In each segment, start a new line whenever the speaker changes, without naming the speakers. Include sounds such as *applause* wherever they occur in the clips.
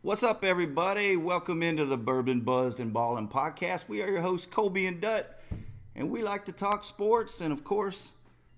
What's up, everybody? Welcome into the Bourbon Buzzed and Ballin' podcast. We are your hosts, Colby and Dutt, and we like to talk sports. And of course,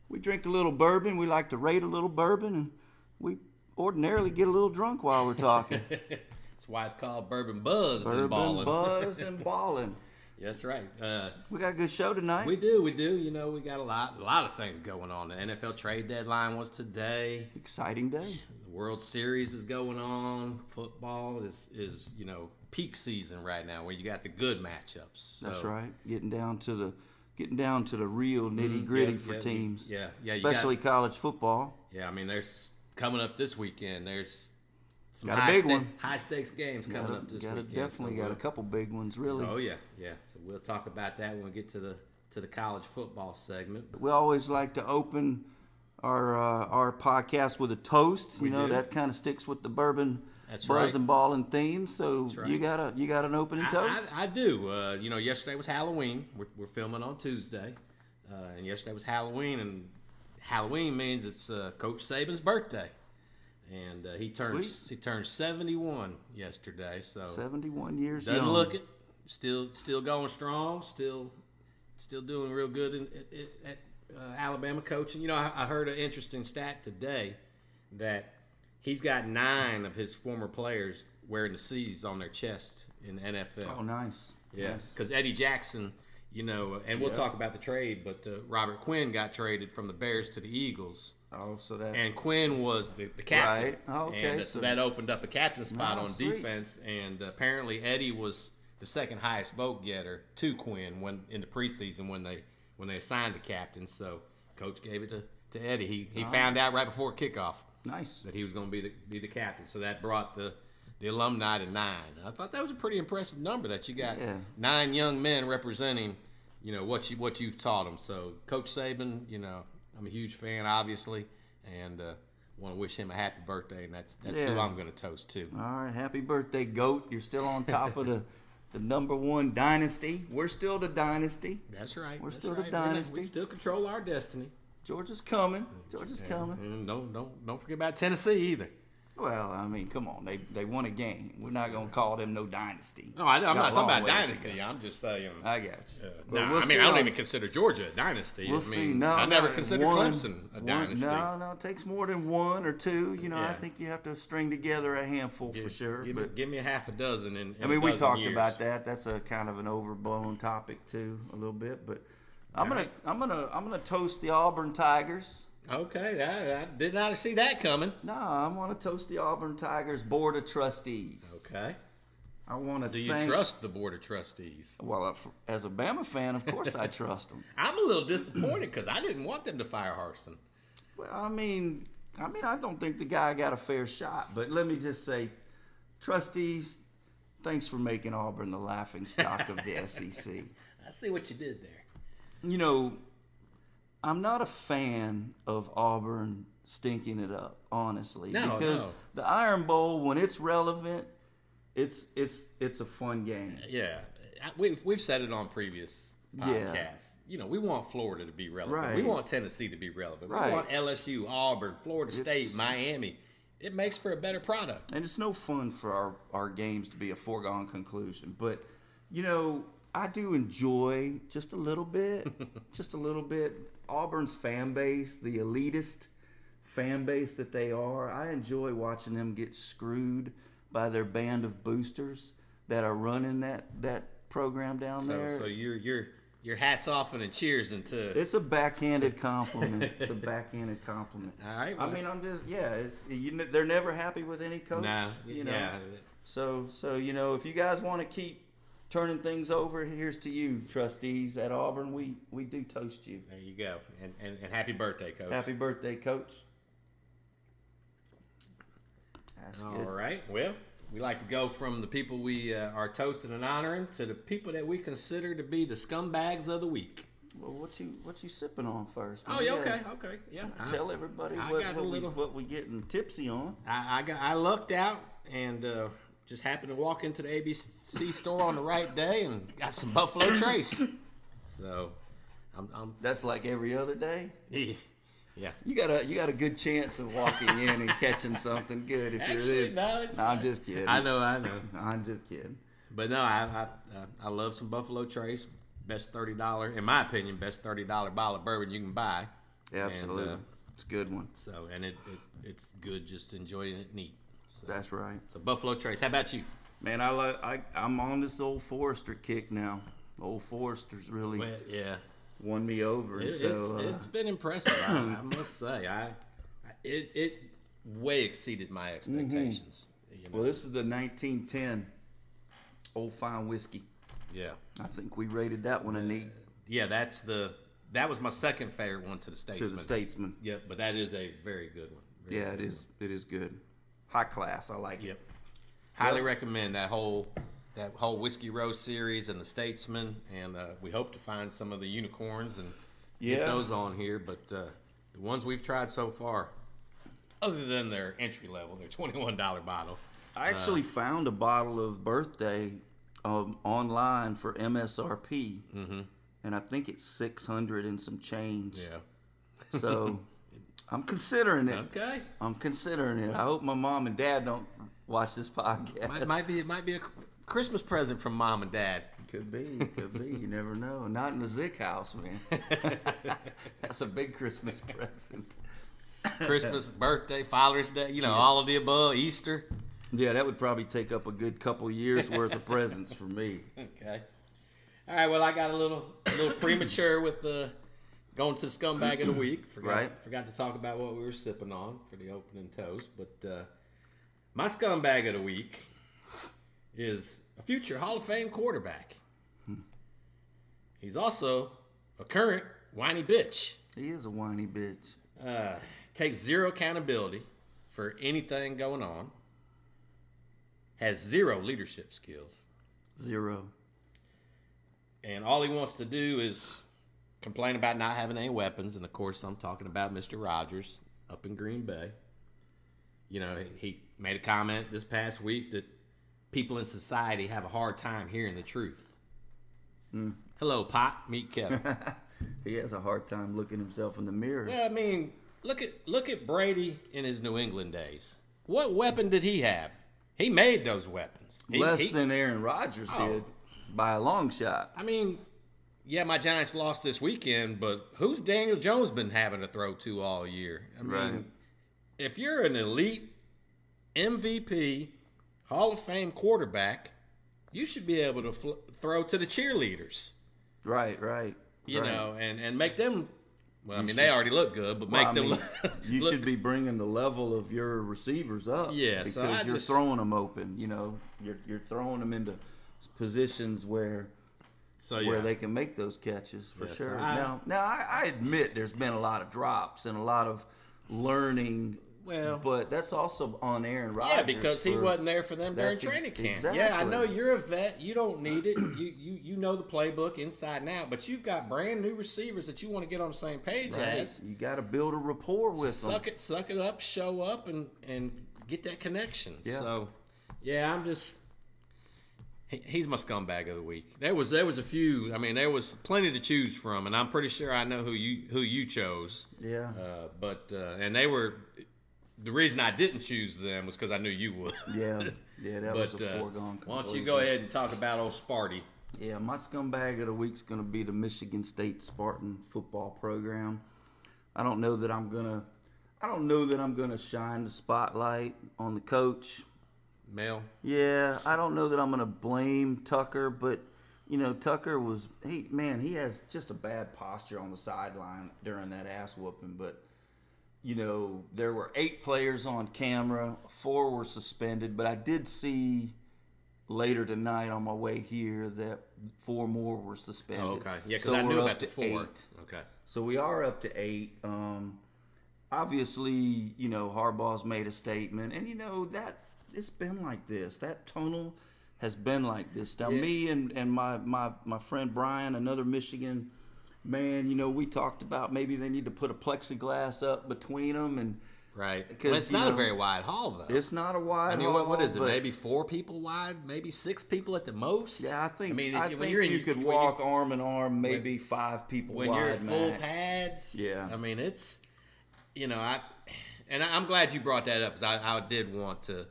we drink a little bourbon. We like to rate a little bourbon, and we ordinarily get a little drunk while we're
*laughs*
talking.
That's why it's called Bourbon Buzzed
Bourbon
and Ballin'.
buzzed and ballin'.
That's right. Uh,
We got a good show tonight.
we do, we do. You know, we got a lot, a lot of things going on. The NFL trade deadline was today.
Exciting day.
The World Series is going on. Football is, is you know, peak season right now, where you got the good matchups. So, Mm,
That's right. Getting down to the getting down to the real nitty gritty
yeah,
for
yeah, you-
teams.
yeah, yeah, you got-
Especially college football.
Yeah, I mean, there's coming up this weekend. There's some
Got a
high,
big
stake-
one.
high stakes games coming
Gotta-
up this
gotta
weekend.
definitely
so
got a couple big ones, really.
we'll- Oh yeah, yeah. So we'll talk about that when we get to the to the college football segment.
We always like to open our uh, our podcast with a toast. You know
do.
that kind of sticks with the bourbon,
That's
buzz
right.
and balling theme. So
right.
you got a you got an opening toast.
I, I, I do. Uh, you know, yesterday was Halloween. We're, we're filming on Tuesday, uh, and yesterday was Halloween, and Halloween means it's uh, Coach Saban's birthday, and uh, he turned
Sweet.
he turned seventy one yesterday. So
Seventy one years
doesn't
young.
look it. Still still going strong. Still still doing real good in, in, at uh, Alabama coaching. You know, I, I heard an interesting stat today that he's got nine of his former players wearing the C's on their chest in NFL.
oh, nice.
Yeah,
Nice.
because Eddie Jackson, you know, uh, and we'll talk about the trade, but uh, Robert Quinn got traded from the Bears to the Eagles,
Oh, so that
and Quinn was the, the captain.
Right. Oh, Okay,
And, uh,
so-
so that opened up a captain spot
Oh,
on
sweet.
defense, and uh, apparently Eddie was the second highest vote getter to Quinn when in the preseason when they when they assigned the captain. So coach gave it to, to Eddie. He he found out right before kickoff
nice.
that he was going to be the be the captain. So that brought the the alumni to nine. I thought that was a pretty impressive number that you got
Yeah.
nine young men representing, you know what you what you've taught them. So Coach Saban, you know I'm a huge fan, obviously, and uh, want to wish him a happy birthday. And that's that's who
Yeah.
I'm going to toast to.
All right, happy birthday, goat. You're still on top of
*laughs*
the the number one dynasty. We're still the dynasty.
That's right.
We're
that's
still the
right. We're not-
dynasty.
We still control our destiny.
Georgia's coming. Georgia's coming.
And don't don't don't forget about Tennessee either.
Well, I mean, come on. They they won a game. We're not gonna call them no dynasty.
No, I, I'm
Got a
not
long
talking about
way to go.
dynasty. I'm just saying.
I got you. But
Nah,
we'll
I mean,
see
I don't
how-
even consider Georgia a dynasty.
We'll
I
see.
mean,
No,
I never
no,
considered
one-
Clemson a
one-
dynasty.
No, no, it takes more than one or two. You know, I
Yeah.
think you have to string together a handful for sure.
Give,
But
me, give me a half a dozen. In, in
I mean, we talked
years.
about that. That's a kind of an overblown topic too, a little bit. But I'm gonna,
right.
I'm gonna, I'm gonna toast the Auburn Tigers.
Okay, I, I did not see that coming.
No, I'm gonna toast the Auburn Tigers Board of Trustees.
Okay.
I want to.
Do you trust the board of trustees?
Well, uh, f- as a Bama fan, of course I trust them.
I'm a little disappointed because I didn't want them to fire Harson.
Well, I mean, I mean, I don't think the guy got a fair shot. But let me just say, trustees, thanks for making Auburn the laughing stock of
*laughs*
the SEC.
I see what you did there.
You know, I'm not a fan of Auburn stinking it up, honestly,
No,
because
no.
the Iron Bowl, when it's relevant, it's it's it's a fun game.
Yeah, I- we've we've said it on previous podcasts. You know, we want Florida to be relevant. We
Right.
want Tennessee to be relevant.
Right.
We want LSU, Auburn, Florida State, Miami. It makes for a better product.
and it's no fun for our, our games to be a foregone conclusion. But you know, I do enjoy just a little
*laughs*
bit, just a little bit. Auburn's fan base, the elitist fan base that they are, I enjoy watching them get screwed by their band of boosters that are running that that program down
So,
there.
so your your your hats off and a cheers into
It's a backhanded compliment. it's a backhanded compliment.
*laughs* All right,
I
well-
mean, I'm just yeah. It's you. kn- They're never happy with any coach.
Nah,
You know.
yeah.
So so you know, if you guys want to keep turning things over, here's to you, trustees at Auburn. We we do toast you.
There you go, and and, and happy birthday, coach.
Happy birthday, coach. That's
All
good.
right. Well, we like to go from the people we uh, are toasting and honoring to the people that we consider to be the scumbags of the week.
Well, what you what you sipping on first?
Oh
man?
yeah, okay, okay, yeah. I-
Tell everybody
I
what,
got a
what,
little-
we, what we getting tipsy on.
I, I got I lucked out and uh, just happened to walk into the ABC store on the right day and got some Buffalo
*coughs*
Trace. So, I'm, I'm
That's like every other day.
yeah, Yeah.
You got a you got a good chance of walking in and catching something good if you're
Actually,
in.
no, it's
I'm
not.
just kidding.
I know, I know.
I'm just kidding.
But no, I I, uh, I love some Buffalo Trace. Best thirty dollar, in my opinion, best thirty dollar bottle of bourbon you can buy.
Yeah, absolutely.
And, uh,
it's a good one.
so, and it, it it's good just enjoying it neat. So,
That's right.
so Buffalo Trace. How about you?
Man, I, lo- I I'm on this old Forester kick now. Old Forester's really
Well, yeah,
won me over.
it,
and so
it's,
uh,
it's been impressive.
*laughs*
I, I must say, I I- it it way exceeded my expectations. You know?
Mm-hmm. well, this is the 1910 Old Fine Whiskey.
yeah,
I think we rated that one a neat
yeah. That's the that was my second favorite one to the
to
Statesman.
the Statesman.
Yeah, but that is a very good one. Very
Yeah, it
good
is. It is good. High class. I like it.
Yep. Highly recommend that whole that whole whiskey row series and the Statesman, and uh, we hope to find some of the unicorns and
Yeah.
get those on here. But uh, the ones we've tried so far, other than their entry level, their twenty one dollar bottle,
I
Uh,
actually found a bottle of birthday um, online for MSRP,
Mm-hmm.
and I think it's 600 and some change.
yeah, *laughs*
So I'm considering it.
okay,
I'm considering it. I hope my mom and dad don't watch this podcast.
might, might be it might be a Christmas present from mom and dad.
Could be, could be. You never know. Not in the Zick house, man.
*laughs*
That's a big Christmas present.
*laughs* Christmas, birthday, Father's Day, you know, all of the above, Easter.
Yeah, that would probably take up a good couple years worth of presents for me.
Okay. All right. Well, I got a little a little premature with the going to the scumbag of the week. Forgot,
Right.
Forgot to talk about what we were sipping on for the opening toast. But uh, my scumbag of the week is a future Hall of Fame quarterback. He's also a current whiny bitch.
He is a whiny bitch.
Uh, takes zero accountability for anything going on. Has zero leadership skills.
Zero.
and all he wants to do is complain about not having any weapons. And of course, I'm talking about Mr. Rogers up in Green Bay. You know, he, he made a comment this past week that people in society have a hard time hearing the truth.
Hmm.
Hello, Pop.
*laughs*
Meet Kevin.
He has a hard time looking himself in the mirror.
well, I mean, look at look at Brady in his New England days. What weapon did he have? He made those weapons. He-
Less
he-
than Aaron Rodgers
Oh.
did by a long shot.
I mean, yeah, my Giants lost this weekend, but who's Daniel Jones been having to throw to all year? I mean,
Right.
if you're an elite MVP, Hall of Fame quarterback, you should be able to fl- throw to the cheerleaders,
Right, right.
you
right.
know, and, and make them. Well, I mean, they already look good, but
Well,
make
I
them
mean,
look.
*laughs* you
look-
should be bringing the level of your receivers up.
Yeah,
because
so I
you're
just-
throwing them open. You know, you're you're throwing them into positions where
so,
where
yeah.
they can make those catches for
Yes,
sure.
I-
now, now I, I admit there's been a lot of drops and a lot of learning.
Well-
but that's also on Aaron Rodgers.
Yeah, because he
for-
wasn't there for them during
That's ex-
training camp. Yeah, I
exactly.
know you're a vet. You don't need it. You, you you know the playbook inside and out, but you've got brand new receivers that you want to get on the same page
Right?
as.
You got to build a rapport with them.
Suck it, suck it up, show up, and and get that connection.
Yeah.
So, yeah, I'm just. he- He's my scumbag of the week. There was there was a few. I mean, there was plenty to choose from, and I'm pretty sure I know who you who you chose.
Yeah.
Uh, but uh, and they were the reason I didn't choose them was because I knew you would. *laughs*
Yeah, yeah, that
But
was a
uh,
foregone conclusion.
why don't you go ahead and talk about old Sparty?
Yeah, my scumbag of the week's going to be the Michigan State Spartan football program. I don't know that I'm gonna, I don't know that I'm gonna shine the spotlight on the coach.
Mel,
Yeah, I don't know that I'm gonna blame Tucker, but you know Tucker was he man he has just a bad posture on the sideline during that ass whooping. But you know there were eight players on camera, four were suspended, but I did see later tonight on my way here that four more were suspended.
oh, okay, yeah, because
So
I
we're
knew
up
about the
to
four.
eight.
Okay,
So we are up to eight. Um, obviously, you know Harbaugh's made a statement, and you know that it's been like this. That tunnel has been like this. Now, me and and my my my friend Brian, another Michigan man, you know, we talked about maybe they need to put a plexiglass up between them, and
right.
Because,
Well, it's
you
not
know,
a very wide hall though.
it's not a wide.
I mean, what, what
hall,
is it?
but-
Maybe four people wide, maybe six people at the most.
Yeah, I think I,
mean, when
think
you're in-
you could
when
walk arm in arm, maybe five people
when
wide
you're full
max.
pads.
Yeah.
I mean it's you know, I and I- I'm glad you brought that up because I, I did want to,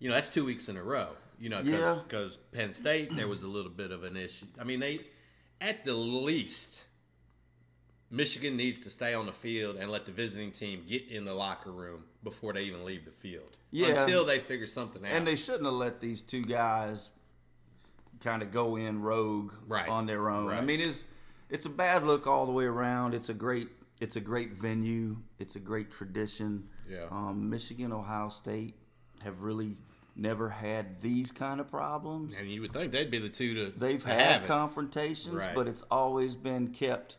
you know, that's two weeks in a row. You know,
Yeah.
because Penn State there was a little bit of an issue. I mean, they at the least Michigan needs to stay on the field and let the visiting team get in the locker room before they even leave the field.
Yeah.
Until they figure something out.
And they shouldn't have let these two guys kind of go in rogue
Right.
on their own. I
Right.
mean, it's it's a bad look all the way around. It's a great it's a great venue. It's a great tradition.
Yeah.
Um, Michigan, Ohio State have really never had these kind of problems.
And you would think they'd be the two to
They've
to
had
have it.
confrontations,
Right.
but it's always been kept,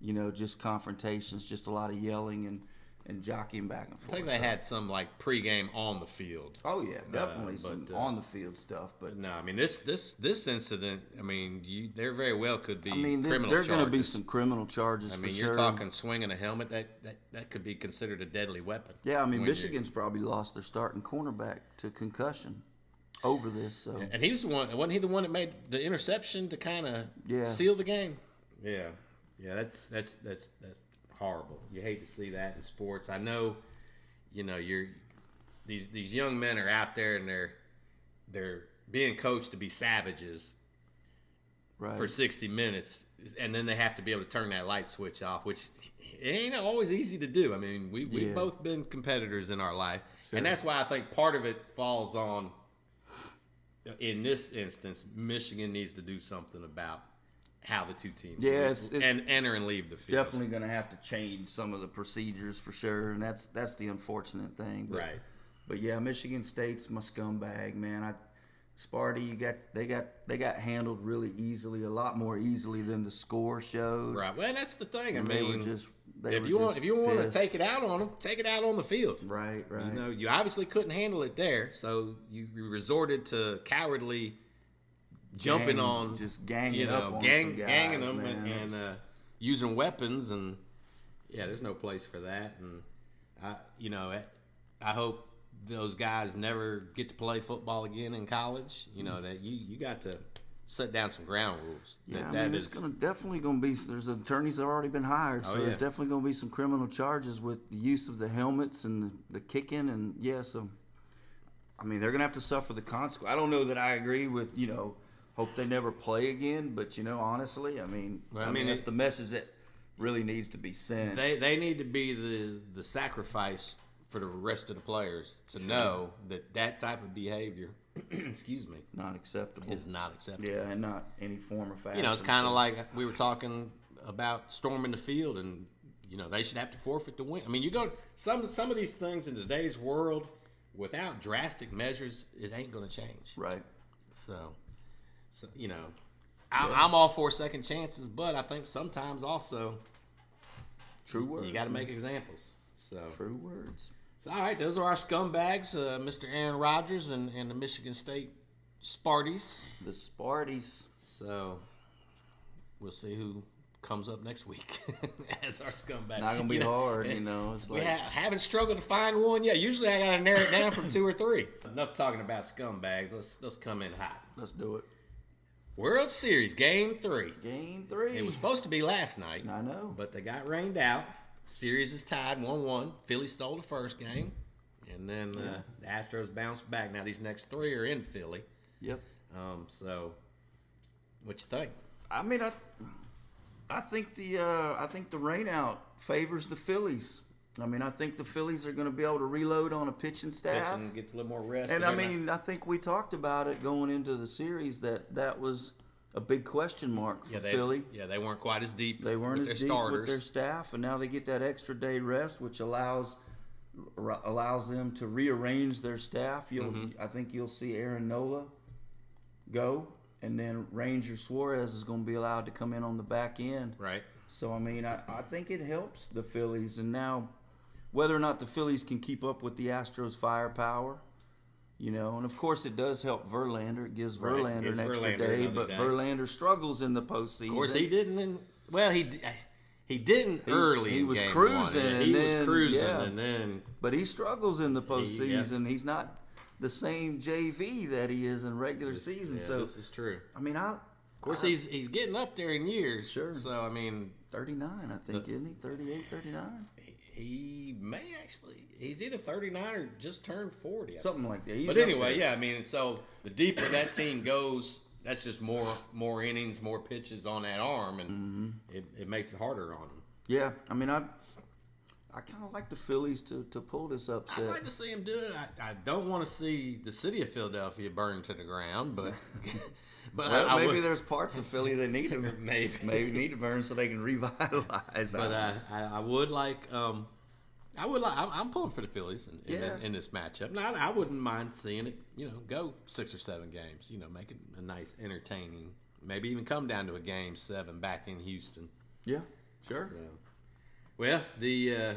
you know, just confrontations, just a lot of yelling and and jockeying back and
I
forth.
think they had some like pregame on the field.
oh yeah, definitely some
but, uh,
on the field stuff, but
No, I mean this this this incident. I mean, you there very well could be
I mean, there,
criminal
there's going to be
charges.
some criminal charges.
I mean,
for
you're
sure.
talking swinging a helmet that, that that could be considered a deadly weapon.
Yeah, I mean,
when you-
Michigan's probably lost their starting cornerback to concussion over this. So
and he was the one. Wasn't he the one that made the interception to kind of
Yeah.
seal the game? Yeah, yeah. That's that's that's that's horrible. You hate to see that in sports. I know. You know, you're these these young men are out there and they're they're being coached to be savages,
right,
for 60 minutes and then they have to be able to turn that light switch off which it ain't always easy to do i mean we, we've
Yeah.
both been competitors in our life and that's why i think part of it falls on in this instance michigan needs to do something about how the two teams
Yeah, it's- it's-
and enter and leave the field
definitely going to have to change some of the procedures for sure, and that's that's the unfortunate thing. But,
right
But yeah, Michigan State's my scumbag, man. I, Sparty, you got they got they got handled really easily, a lot more easily than the score showed.
right well and that's the thing i
And
mean
they were just they
if
were
you want
just
if you want to
pissed.
take it out on them take it out on the field
right, right.
You know, you obviously couldn't handle it there, so you you resorted to cowardly jumping
Gang-
on,
just ganging
you know,
up on
gang,
some guys,
ganging them,
man.
and, and uh, using weapons, and yeah, there's no place for that. And I, you know, I- I hope those guys never get to play football again in college. You
Mm.
know that you you got to set down some ground rules.
Yeah,
that,
I
that
mean, it's
is- Oh,
gonna, definitely going to be. There's attorneys that have already been hired, so
yeah.
there's definitely going to be some criminal charges with the use of the helmets and the, the kicking, and yeah. So, I mean, they're going to have to suffer the consequence. I don't know that I agree with you know. Hope they never play again, but you know, honestly, I mean, I,
Well, I
mean,
mean,
that's
it-
the message that really needs to be sent.
They they need to be the the sacrifice for the rest of the players to know that that type of behavior, *clears throat* excuse me,
not acceptable.
is not acceptable.
yeah, and not any form of fashion.
You know, it's kind of like we were talking about storming the field, and you know they should have to forfeit the win. I mean, you go some some of these things in today's world without drastic measures, it ain't going to change.
right.
So, so you know, I'm, I'm all for second chances, but I think sometimes also
True words.
you got to make examples. So
true words.
So, all right, those are our scumbags, uh, Mr. Aaron Rodgers and, and the Michigan State Sparties.
The Sparties.
So we'll see who comes up next week *laughs* as our
Not
scumbag. *laughs*
gonna be
You know,
hard, you know. It's
We
like
ha- haven't struggled to find one yet. Usually I got to narrow it down from two or three. Enough talking about scumbags. Let's let's come in hot.
let's do it.
World Series Game Three.
Game three.
It was supposed to be last night.
I know.
But they got rained out. Series is tied 1 1. Philly stole the first game. And then uh, the Astros bounced back. Now these next three are in Philly.
Yep.
Um, so, what you think?
I mean, I, I think the uh, I think the rainout favors the Phillies. I mean, I think the Phillies are going to be able to reload on a pitching staff.
Benson gets a little more rest.
and
but
I
they're not-
mean, I think we talked about it going into the series that that was a big question mark for
yeah, they,
Philly.
Yeah, they weren't quite as deep.
They weren't
with
as
their
deep
starters.
with their staff, and now they get that extra day rest, which allows r- allows them to rearrange their staff. You'll,
Mm-hmm.
I think you'll see Aaron Nola go, and then Ranger Suarez is going to be allowed to come in on the back end.
right.
So I mean, I, I think it helps the Phillies, and now whether or not the Phillies can keep up with the Astros' firepower, you know, and of course it does help Verlander. It gives
Right,
Verlander
gives
an extra
Verlander
day,
another
but
day.
Verlander struggles in the postseason.
Of course, he didn't. In, well, he d- he didn't early.
he
in
was
game
cruising
one,
and
he
then-
was cruising,
yeah.
and then
But he struggles in the
He- yeah.
postseason. He's not the same JV that he is in regular season.
yeah,
so
this is true.
I mean, I
Of course, he's he's getting up there in years.
Sure.
So I mean,
39, I think, isn't he? 38, 39?
He, he may actually. He's either 39 or just turned 40. I
Something like that. He's
But
up
anyway,
there.
yeah, I mean, and so the deeper that team goes, that's just more more innings, more pitches on that arm, and
Mm-hmm.
it, it makes it harder on them.
Yeah, I mean, I I kind of like the Phillies to, to pull this upset.
I'd like to see him do it. I, I don't want to see the city of Philadelphia burn to the ground, *laughs* but but
well,
I, I
maybe
would,
there's parts of Philly that need
*laughs*
to
Maybe.
maybe need to burn so they can revitalize.
but uh, I, I, I would like um I would like I'm, I'm pulling for the Phillies in, in, this,
Yeah.
in this matchup. Now I, I wouldn't mind seeing it, you know, go six or seven games. You know, make it a nice, entertaining. Maybe even come down to a game seven back in Houston.
yeah, sure.
So, well, the uh,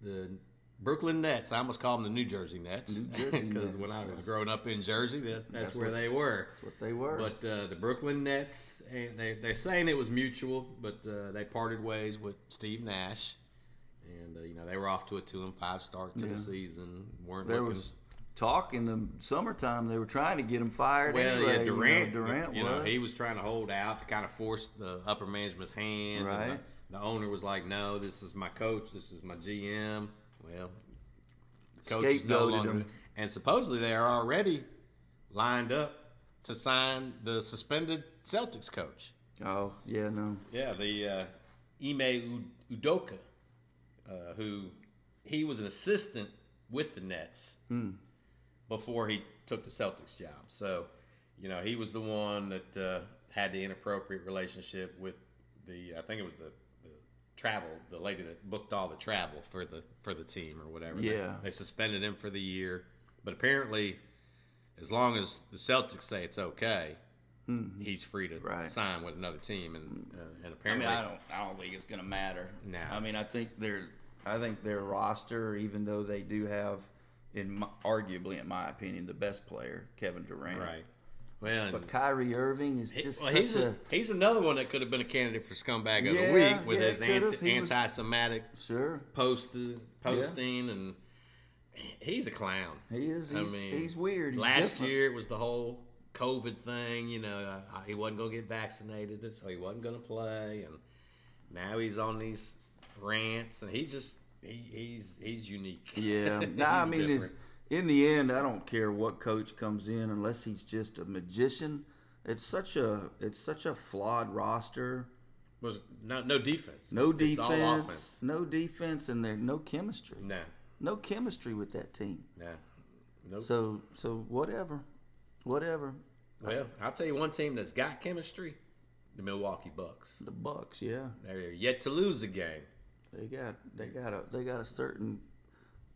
the Brooklyn Nets. I almost call them the New Jersey Nets
New Jersey
*laughs* because
Nets.
when I was growing up in Jersey, that, that's,
That's
where
what-
they were.
That's what they were.
But uh, the Brooklyn Nets, and they they're saying it was mutual, but uh, they parted ways with Steve Nash, and uh, you know they were off to a two and five start to
Yeah.
the season. weren't
there
looking.
was talk in the summertime they were trying to get him fired.
well,
anyway,
yeah,
you know,
Durant.
Durant
you
was.
know, he was trying to hold out to kind of force the upper management's hand. and
Right.
The, the owner was like, "No, this is my coach. This is my GM." Well, the coach is no
Scapegoated
longer.
him.
And supposedly they are already lined up to sign the suspended Celtics coach.
oh yeah, no.
Yeah, the uh, Ime U- Udoka, uh, who he was an assistant with the Nets before he took the Celtics job. So, you know, he was the one that uh, had the inappropriate relationship with the I think it was the, the travel, the lady that booked all the travel for the for the team or whatever. They-
Yeah.
they suspended him for the year, but apparently, as long as the Celtics say it's okay. He's free to
Mm-hmm. Right.
sign with another team, and uh, and
I
apparently
mean, I don't. I don't think it's gonna matter.
No.
I mean, I think their, I think their roster, even though they do have, in my, arguably, in my opinion, the best player, Kevin Durant.
Right. Well, and
But Kyrie Irving is
he-
just
well,
such
he's a, he's another one that could have been a candidate for scumbag of the
Yeah,
week with
yeah,
his
could've.
anti,
He was-
anti-Semitic
sure.
post, uh, posting, and he's a clown.
He is.
I
He's,
mean,
he's weird. He's
last
different.
year it was the whole COVID thing. You know, uh, he wasn't going to get vaccinated, and so he wasn't going to play. And now he's on these rants, and he just he, he's he's unique.
*laughs*
*laughs*
Yeah. Nah, I
He's
mean, it's,
different.
in the end, I don't care what coach comes in unless he's just a magician. It's such a it's such a flawed roster.
was no no defense.
No
It's-
defense.
It's all offense.
No defense, and there no chemistry.
No,
No chemistry with that team.
no, nope.
So so whatever, whatever.
Well, I'll tell you one team that's got chemistry: the Milwaukee Bucks.
The Bucks, yeah,
They're yet to lose a game.
they got they got a they got a certain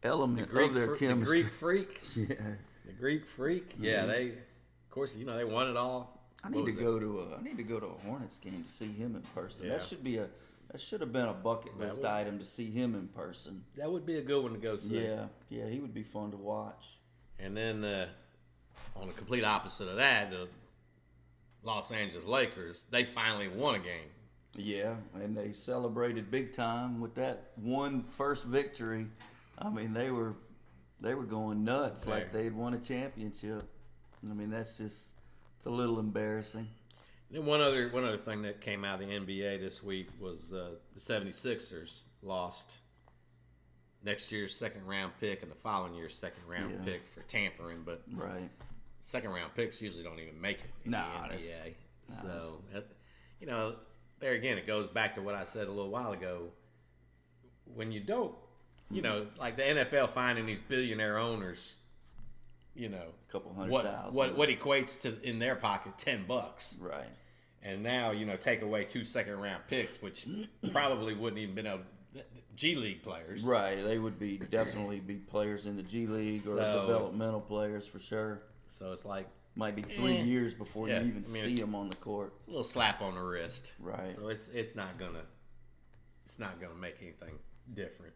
element
Greek
of Oh, their
fre- the
chemistry.
Greek
*laughs*
freak. *laughs*
yeah.
The Greek freak. Yeah, they. Of course, you know they won it all.
Mm-hmm. I
What
need to
was it?
go to a I need to go to a Hornets game to see him in person.
Yeah.
That should be a that should have been a bucket
That
list
would-
item to see him in person.
That would be a good one to go see.
Yeah, yeah, he would be fun to watch.
And then uh, on the complete opposite of that, the Los Angeles Lakers they finally won a game.
Yeah, and they celebrated big time with that one first victory. I mean, they were they were going nuts like
Okay.
they'd won a championship. I mean, that's just it's a little embarrassing.
Then one other one other thing that came out of the NBA this week was uh, the 76ers lost next year's second round pick and the following year's second round
Yeah.
pick for tampering, but
Right.
second round picks usually don't even make it in
Nah,
the
that's-
NBA.
nah,
so that- you know, there again it goes back to what I said a little while ago. When you don't you know, like the NFL finding these billionaire owners, you know,
Couple hundred
what
thousand.
what what equates to in their pocket ten bucks
Right.
and now you know take away two second round picks, which probably wouldn't even been able G League players.
Right. They would be definitely be players in the G League or
So it's-
developmental players for sure.
So it's like
Might be three
Eh.
years before
Yeah,
you even
I mean,
see
it's-
him on the court.
a little slap on the wrist.
Right.
So it's it's not gonna it's not gonna make anything different.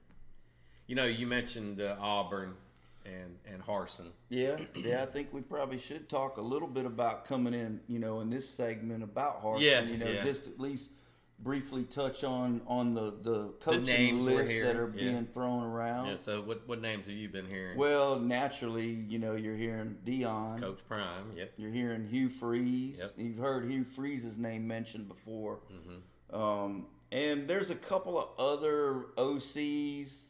You know, you mentioned uh, Auburn and and Harson. *clears throat*
Yeah, yeah. I think we probably should talk a little bit about coming in, you know, in this segment about Harson.
Yeah,
you know,
yeah.
just at least briefly touch on on the the coaching
names we're
lists that
hearing,
are
yeah.
being thrown around.
Yeah. So what what names have you been hearing?
Well, naturally, you know, you're hearing Dion.
Coach Prime. Yep.
You're hearing Hugh Freeze.
Yep.
Mm-hmm.
You've heard Hugh Freeze's name mentioned before. Um, And there's a couple of other OCs.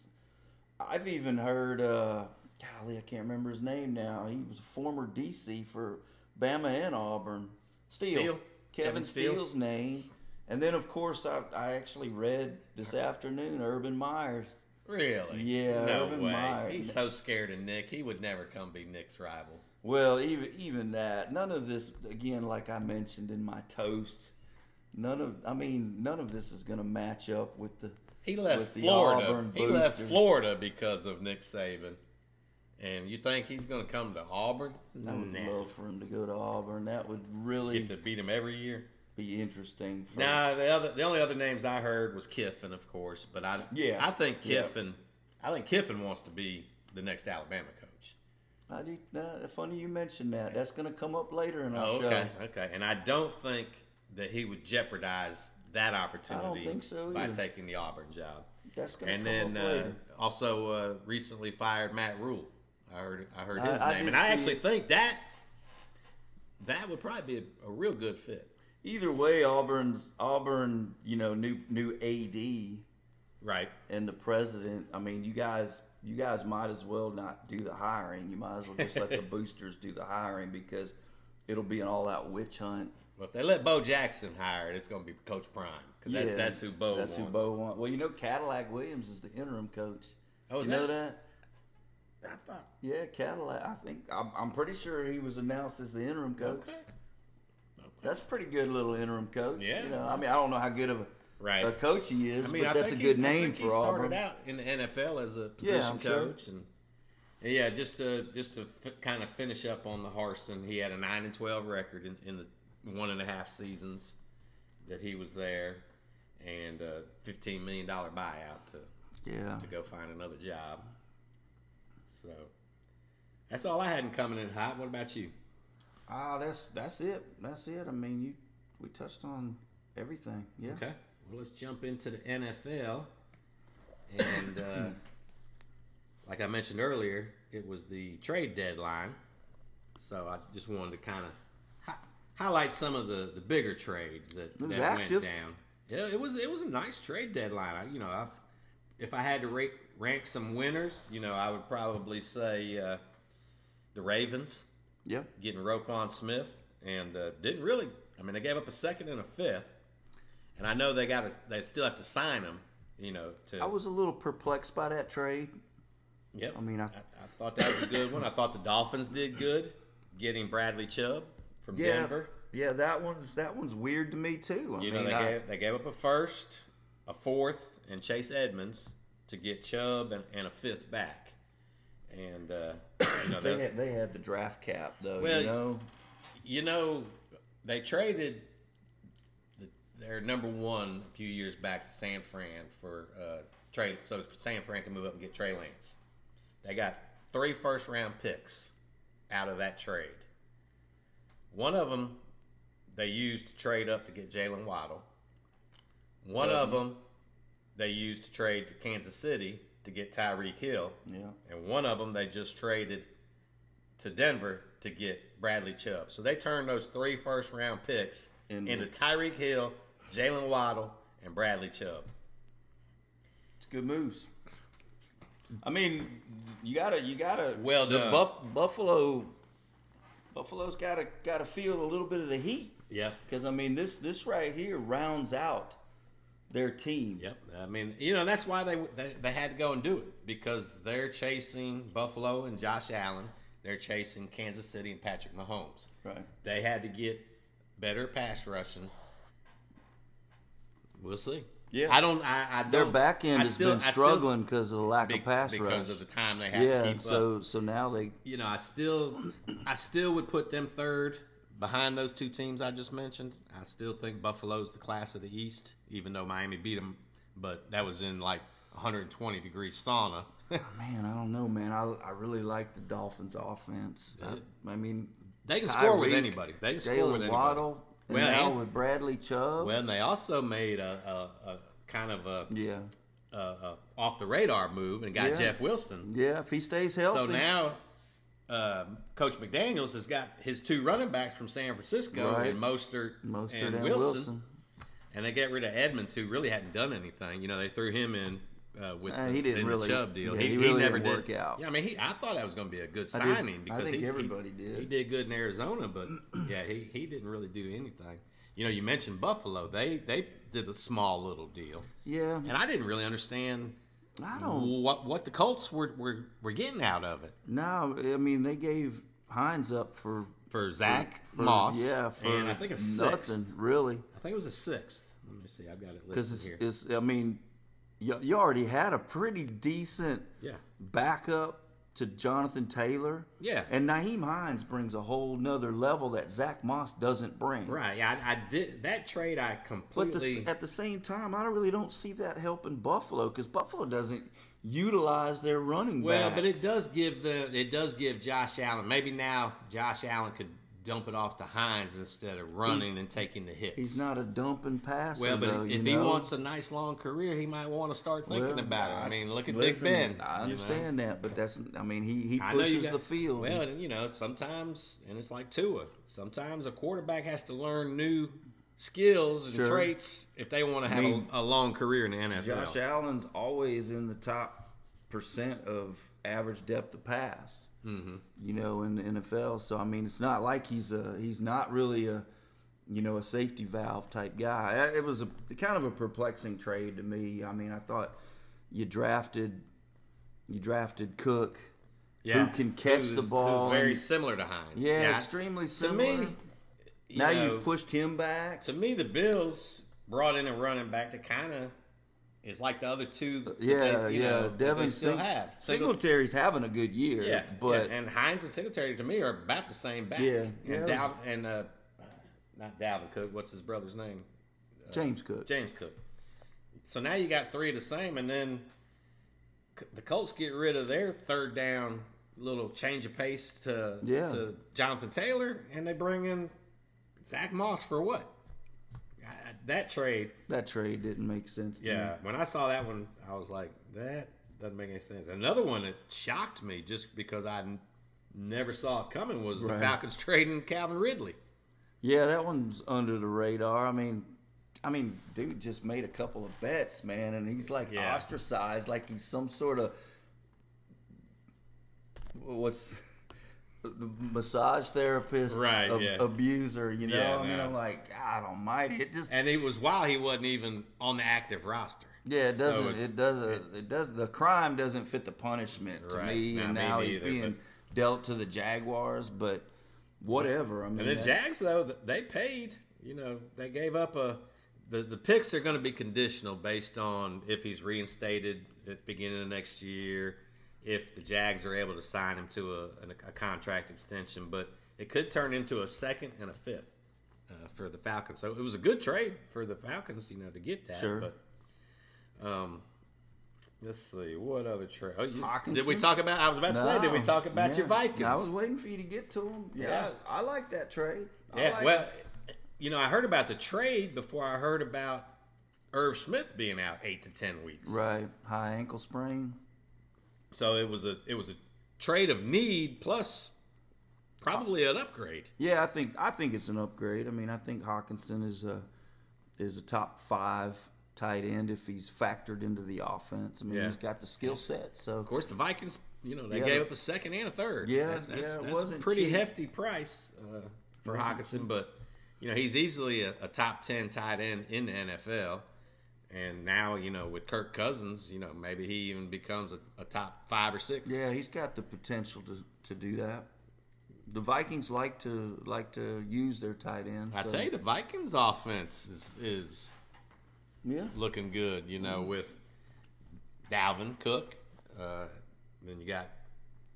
I've even heard, uh, golly, I can't remember his name now. He was a former DC for Bama and Auburn. Steele.
Steele.
Kevin,
Kevin Steele.
Steele's name. And then, of course, I, I actually read this afternoon Urban Myers.
Really?
Yeah,
No
Urban
way.
Meyer.
He's so scared of Nick. He would never come be Nick's rival.
Well, even even that, none of this again, like I mentioned in my toast, none of I mean, none of this is going to match up with the
He left
with the
Florida.
Auburn
He left
boosters.
Florida because of Nick Saban. And you think he's going to come to Auburn?
I would
Nah.
love for him to go to Auburn. That would really
Get to beat him every year.
be interesting. For,
Nah, the other the only other names I heard was Kiffin, of course, but I
Yeah.
I think
Yeah.
Kiffin I think Kiffin wants to be the next Alabama coach.
I do. Nah, funny you mentioned that. That's going to come up later in our
Oh,
show.
okay, okay, and I don't think that he would jeopardize that opportunity
think so
by
either.
taking the Auburn job.
That's going to
And
come up
then uh,
later.
also uh, recently fired Matt Rule. I heard I heard
I-
his
I
name,
did
and I
see
actually
it.
think that that would probably be a, a real good fit.
Either way, Auburn's Auburn, you know, new new AD
Right.
and the president, I mean, you guys, you guys might as well not do the hiring. You might as well just let
*laughs*
the boosters do the hiring because it'll be an all-out witch hunt.
Well, if they let Bo Jackson hire it, it's going to be Coach Prime because that's,
Yeah,
that's who Bo
That's
wants.
who Bo wants. Well, you know, Cadillac Williams is the interim coach.
Oh, is
you know
that-
that?
I thought
Yeah, Cadillac. I think I'm, I'm pretty sure he was announced as the interim coach.
Okay.
That's pretty good little interim coach.
Yeah.
You know, I mean, I don't know how good of a,
Right.
a coach he is,
I mean,
but
I
that's a
think
good
he, I
name
think
for
he started
Auburn.
out in the NFL as a
Yeah,
position
I'm sure.
coach, and and yeah, just to just to f- kind of finish up on the Harson, he had a nine and twelve record in, in the one and a half seasons that he was there, and a fifteen million dollar buyout to
Yeah.
to go find another job. So that's all I had in coming in hot. What about you?
Ah, that's that's it. That's it. I mean, you we touched on everything. Yeah.
Okay. Well, let's jump into the NFL. And uh, *clears throat* like I mentioned earlier, it was the trade deadline. So I just wanted to kind of hi- highlight some of the, the bigger trades that,
was
that went
active.
down. Yeah, it was it was a nice trade deadline. I, you know, I, if I had to rate, rank some winners,
You know, I would probably say uh, the Ravens.
Yeah.
getting Roquan Smith, and uh, didn't really. I mean, they gave up a second and a fifth, and I know they got. to They still have to sign him. You know, to
I was a little perplexed by that trade.
Yep.
I mean, I-
I, thought that was a good one. I thought the Dolphins did good getting Bradley Chubb from Denver.
Yeah, that one's that one's weird to me too. I
You know,
mean,
they
I-
gave they gave up a first, a fourth, and Chase Edmonds to get Chubb and, and a fifth back, and uh, you know
they
they're-
had, they had the draft cap though.
Well,
you know,
You know, they traded the, their number one a few years back to San Fran for uh, Trey, so San Fran can move up and get Trey Lance. They got three first round picks out of that trade. One of them they used to trade up to get Jalen Waddle. One of them they used to trade to Kansas City to get Tyreek Hill.
yeah.
And one of them they just traded to Denver to get Bradley Chubb. So they turned those three first round picks
Into-
into Tyreek Hill, Jalen Waddle, and Bradley Chubb.
It's good moves. I mean, you gotta, you gotta.
Well
the
done.
Buff, Buffalo, Buffalo's gotta, gotta feel a little bit of the heat
yeah,
because I mean, this, this right here rounds out their team.
Yep. I mean, you know, that's why they, they they had to go and do it because they're chasing Buffalo and Josh Allen. They're chasing Kansas City and Patrick Mahomes.
Right.
They had to get better pass rushing. We'll see.
Yeah.
I don't. I, I don't.
Their back end
I
has
still-
been
I still
struggling because of the lack
Be-
of pass rush.
because of the time they have
yeah,
to
and
keep up.
so so now they
you know, I still, I still would put them third behind those two teams I just mentioned. I still think Buffalo's the class of the East, even though Miami beat them, but that was in like 120 degree sauna. *laughs*
man, I don't know, man. I, I really like the Dolphins offense. I, I mean,
they can score with
Tyreek,
anybody. They can score with
Jalen
anybody.
Waddle, and
Well,
now
and-
with Bradley Chubb.
Well, and they also made a, a, a kind of a,
yeah,
a, a off the radar move and got
Yeah.
Jeff Wilson.
yeah. If he stays healthy,
So now, um, Coach McDaniel's has got his two running backs from San Francisco
Right.
and Mostert,
Mostert
and,
and
Wilson,
Wilson.
And they got rid of Edmonds, who really hadn't done anything. You know, they threw him in uh, with
Uh,
the,
he didn't
in
really-
the Chubb deal.
yeah,
he,
he
he
really
never
didn't
did.
work out.
Yeah, I mean, he, I thought that was going to be a good
I did-
signing because
I think
he,
everybody
he,
did.
He did good in Arizona, but *clears throat* yeah, he, he didn't really do anything. You know, you mentioned Buffalo. They they did a small little deal,
Yeah,
and I didn't really understand
I don't
what what the Colts were, were were getting out of it
No, I mean they gave Hines up for
for Zach
for-
Moss.
Yeah, for
and I think a sixth.
nothing really,
I think it was a sixth. Let me see. I've got it
because
listed
it's,
here.
it's. I mean, you, you already had a pretty decent
yeah.
backup to Jonathan Taylor.
Yeah.
and Naheem Hines brings a whole nother level that Zach Moss doesn't bring.
Right. Yeah, I, I did that trade. I
But the,
completely.
s- at the same time, I don't really don't see that helping Buffalo because Buffalo doesn't utilize their running.
Well, but it
backs.
does give the it does give Josh Allen. Maybe now Josh Allen could dump it off to Hines instead of running and taking the hits.
He's not a dumping passer.
well, but
though,
if
you
he
know?
wants a nice long career, he might want to start thinking
Well,
about it. I mean, look at
Listen,
Big Ben.
I
you know?
understand that, but that's I mean he he
I know you
pushes
got-
the field.
Well, and, you know, sometimes, and it's like Tua. Sometimes a quarterback has to learn new skills and
Sure.
traits if they want to have
mean,
a, a long career in the NFL.
Josh Allen's always in the top percent of average depth of pass. Mm-hmm. You know, in the NFL. So I mean, it's not like he's a he's not really a you know a safety valve type guy. I- It was a kind of a perplexing trade to me. I mean, I thought you drafted you drafted Cook.
Yeah.
Who can catch
Who's-
the ball
Who's very
and-
similar to Hines.
Yeah,
I-
extremely
To
similar.
me, you
now
know,
you've pushed him back.
To me, the Bills brought in a running back that kind of is like the other two. that they-
Yeah,
you
yeah.
know, that they
Devin
still
Sing-
have Singlet-
Singletary's having a good year.
Yeah,
but
yeah, and Hines and Singletary to me are about the same back.
Yeah,
and
yeah, it
Dal-
was-
and uh, not Dalvin Cook. What's his brother's name?
James Cook.
James Cook. So now you got three of the same, and then C- the Colts get rid of their third down little change of pace to
Yeah.
to Jonathan Taylor, and they bring in Zach Moss for what? I- I- That trade.
That trade didn't make sense. To
Yeah, when I saw that one, I was like, that doesn't make any sense. Another one that shocked me just because I n- never saw it coming was
Right.
the Falcons trading Calvin Ridley.
me. yeah, that one's under the radar. I mean, I mean, dude just made a couple of bets, man, and he's like
Yeah.
ostracized, like he's some sort of what's massage therapist,
Right,
ab-
yeah.
abuser. You know,
Yeah,
I mean,
no.
I'm like, God Almighty, it just
And it was while he wasn't even on the active roster.
Yeah, it
So
doesn't.
it's-
it doesn't. It, does. The crime doesn't fit the punishment to
Right.
me.
Nah,
and
me
now he's
neither,
being dealt to the Jaguars, but whatever. I mean,
And the
that's-
Jags though, th- they paid. You know, they gave up a. The, the picks are going to be conditional based on if he's reinstated at the beginning of next year, if the Jags are able to sign him to a, an, a contract extension, but it could turn into a second and a fifth uh, for the Falcons. So it was a good trade for the Falcons, you know, to get that.
Sure.
But um, let's see what other trade. Oh, you, did we
Hawkinson?
talk about? I was about to say, did we
No.
talk about
Oh, Yeah.
your Vikings?
I was waiting for you to get to him. Yeah,
Yeah.
I, I like that trade. I
Yeah,
like-
well, you know, I heard about the trade before I heard about Irv Smith being out eight to ten weeks.
right, high ankle sprain.
So it was a it was a trade of need plus probably an upgrade.
Yeah, I think I think it's an upgrade. I mean, I think Hawkinson is a is a top five tight end if he's factored into the offense. I mean,
Yeah.
he's got the skill set. So
Of course, the Vikings, you know, they
Yeah.
gave up a second and a third.
Yeah,
that's, that's,
yeah, it
that's
wasn't
a pretty
cheap. Mm-hmm.
hefty price uh, for Hawkinson, but you know he's easily a, a top ten tight end in the NFL. And now, you know, with Kirk Cousins, you know, maybe he even becomes a, a top five or six.
Yeah, he's got the potential to, to do that. The Vikings like to like to use their tight ends.
I
so-
tell you, the Vikings' offense is, is
yeah,
looking good. You
Mm-hmm.
know, with Dalvin Cook, uh, then you got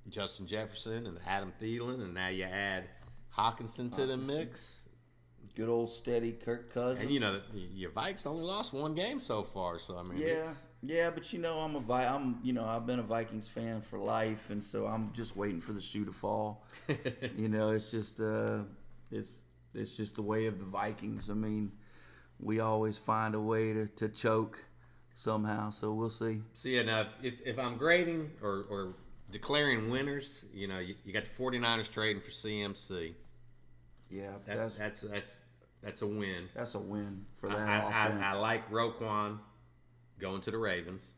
Justin Jefferson and Adam Thielen, and now you add Hawkinson to the mix.
good old steady Kirk Cousins.
And you know, your Vikes only lost one game so far, so I mean,
yeah,
it's,
yeah, but you know, I'm a Vi- I'm you know, I've been a Vikings fan for life, and so I'm just waiting for the shoe to
*laughs*
fall. you know, it's just uh, it's it's just the way of the Vikings. I mean, we always find a way to, to choke somehow. So we'll see.
So yeah, now if, if I'm grading or, or declaring winners, you know, you, you got the 49ers trading for CMC.
Yeah,
That,
that's
that's that's That's a win.
That's a win for
I,
that
I,
offense.
I, I like Roquan going to the Ravens.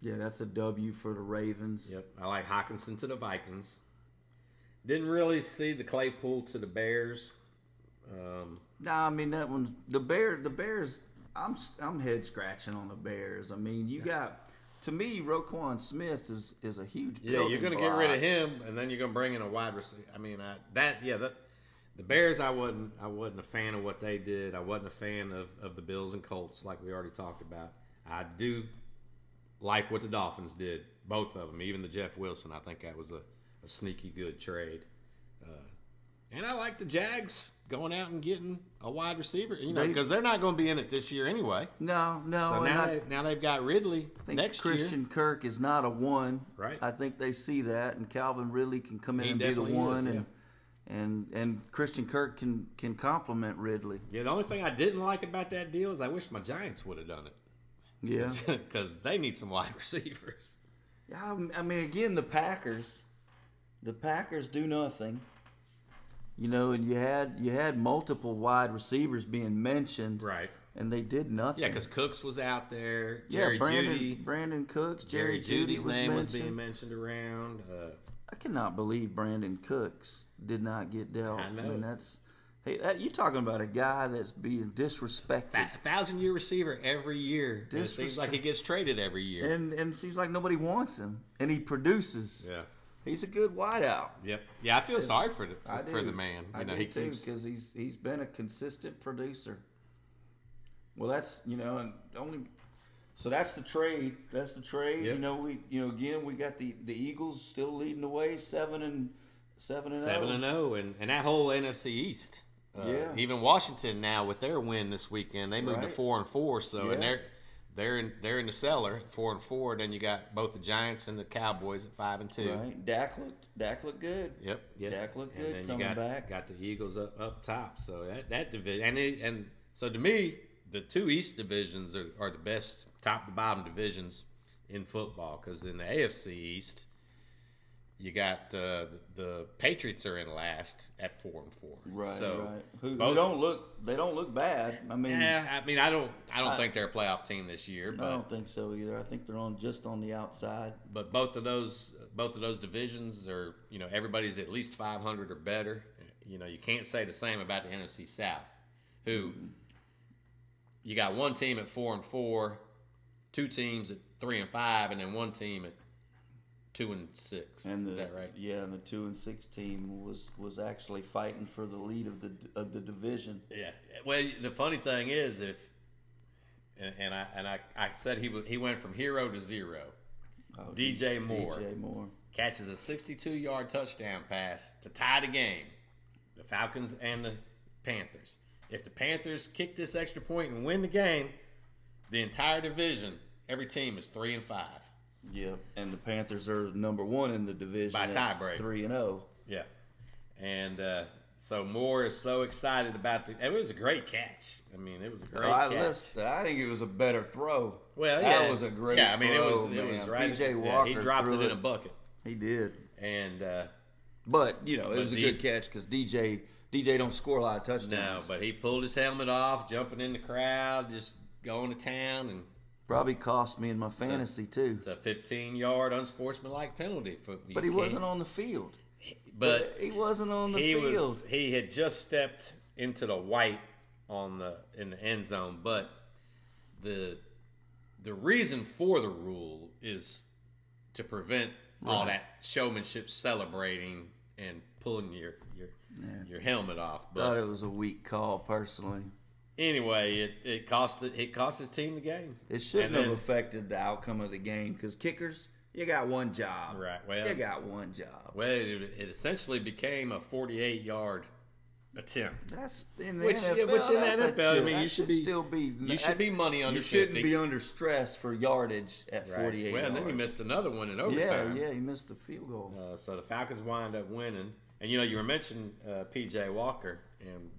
yeah, that's a W for the Ravens.
Yep. I like Hawkinson to the Vikings. Didn't really see the Claypool to the Bears. Um,
Nah, I mean that one's the bear. The Bears. I'm I'm head scratching on the Bears. I mean, you got to me Roquan Smith is is a huge.
yeah,
building
you're going to get rid
block.
of him, and then you're going to bring in a wide receiver. I mean, I, that yeah, that the Bears. I wasn't I wasn't a fan of what they did. I wasn't a fan of of the Bills and Colts, like we already talked about. I do like what the Dolphins did, both of them, even the Jeff Wilson. I think that was a, a sneaky good trade. Uh, and I like the Jags going out and getting a wide receiver, you know,
They-
because they, are not going to be in it this year anyway.
No, no.
So
and
now,
I
they, now they've got Ridley
think
next
Christian
year.
Kirk is not a one.
Right.
I think they see that, and Calvin Ridley can come in
He
and be the
definitely is,
one,
yeah.
and and and Christian Kirk can can complement Ridley.
Yeah, the only thing I didn't like about that deal is I wish my Giants would have done it.
Yeah.
*laughs* because they need some wide *laughs* receivers.
Yeah, I I mean, again, the Packers, the Packers do nothing. You know, and you had you had multiple wide receivers being mentioned,
Right.
and they did nothing.
Yeah, because Cooks was out there.
Yeah,
Jerry
Brandon
Judy.
Brandon Cooks, Jerry,
Jerry
Judy
Judy's
was
name
mentioned.
was being mentioned around. Uh,
I cannot believe Brandon Cooks did not get dealt.
I know.
mean, that's hey, that, you talking about a guy that's being disrespected,
a thousand year receiver every year. And It seems like he gets traded every year.
and and seems like nobody wants him, and he produces.
Yeah.
He's a good wideout.
Yep. Yeah, I feel sorry for the
I
for, for
do.
the man. You
I
know,
do
he
too
keeps.
because he's he's been a consistent producer. Well, that's you know, and only so that's the trade. That's the trade.
Yep.
You know, we you know again we got the the Eagles still leading the way, seven and seven and
Seven
oh.
and zero, and and that whole NFC East. Uh,
Yeah.
Even Washington now with their win this weekend, they moved to
Right.
four and four. So and
Yeah.
they're they're in they're in the cellar at four and four. Then you got both the Giants and the Cowboys at five and two.
Right, Dak looked Dak looked good.
Yep. yep.
Dak looked
And
good
then you
coming
got,
back.
Got the Eagles up up top. So that that division and it, and so to me, the two East divisions are, are the best top to bottom divisions in football because in the AFC East. You got uh, the Patriots are in last at four and four.
Right,
so
right. Who, who
both-
don't look they don't look bad. I mean,
yeah, I mean, I don't, I don't
I-
think they're a playoff team this year,
I
but
don't think so either. I think they're on just on the outside.
but both of those both of those divisions are you know everybody's at least 500 or better you know you can't say the same about the NFC South who you got one team at 4 and 4 two teams at 3 and 5 and then one team at 2 and 6
And the,
is that right
Yeah, and the two and six team was was actually fighting for the lead of the of the division.
Yeah. Well, the funny thing is, if and, and I and I, I said he wa- he went from hero to zero.
Oh,
DJ Moore
DJ Moore.
catches a 62-yard touchdown pass to tie the game. The Falcons and the Panthers. If the Panthers kick this extra point and win the game, the entire division, every team is three and five.
Yeah, and the Panthers are number one in the division
By
at
tiebreak.
three and oh. zero.
Yeah, and uh, so Moore is so excited about the. It was a great catch. I mean, it was a great
Oh, I,
catch.
listen, I think it was a better throw.
Well, yeah,
that was a great.
Yeah, I mean, it was
throw,
it was
man.
right.
DJ
yeah,
Walker
he dropped
threw
it in a bucket,
He did,
and uh,
but you know it
But
was a
D-
good catch because DJ DJ don't score a lot of touchdowns.
no, but he pulled his helmet off, jumping in the crowd, just going to town, and
Probably cost me in my fantasy too.
it's a 15 yard unsportsmanlike penalty for. you
But he
can't-
wasn't on the field.
But
he wasn't on the
he
field.
was. He had just stepped into the white on the in the end zone, but the the reason for the rule is to prevent all that showmanship, celebrating, and pulling your your your helmet off.
Thought
But
it was a weak call personally.
anyway, it, it cost the, it cost his team the game.
It shouldn't
And then-
have affected the outcome of the game because kickers, you got one job.
Right, well-
you got one job.
Well, it, it essentially became a 48 yard attempt.
That's in the
Which-
NFL.
yeah, which in
that's
the
a
NFL, I
chip.
mean,
That
you should be-
still be.
you should be money under
You shouldn't
50.
be under stress for yardage at forty-eight.
Well, and then he
yards.
missed another one in
Yeah,
overtime.
yeah, he missed the field goal.
Uh, so the Falcons wind up winning. And you know, you were mentioning uh, PJ Walker and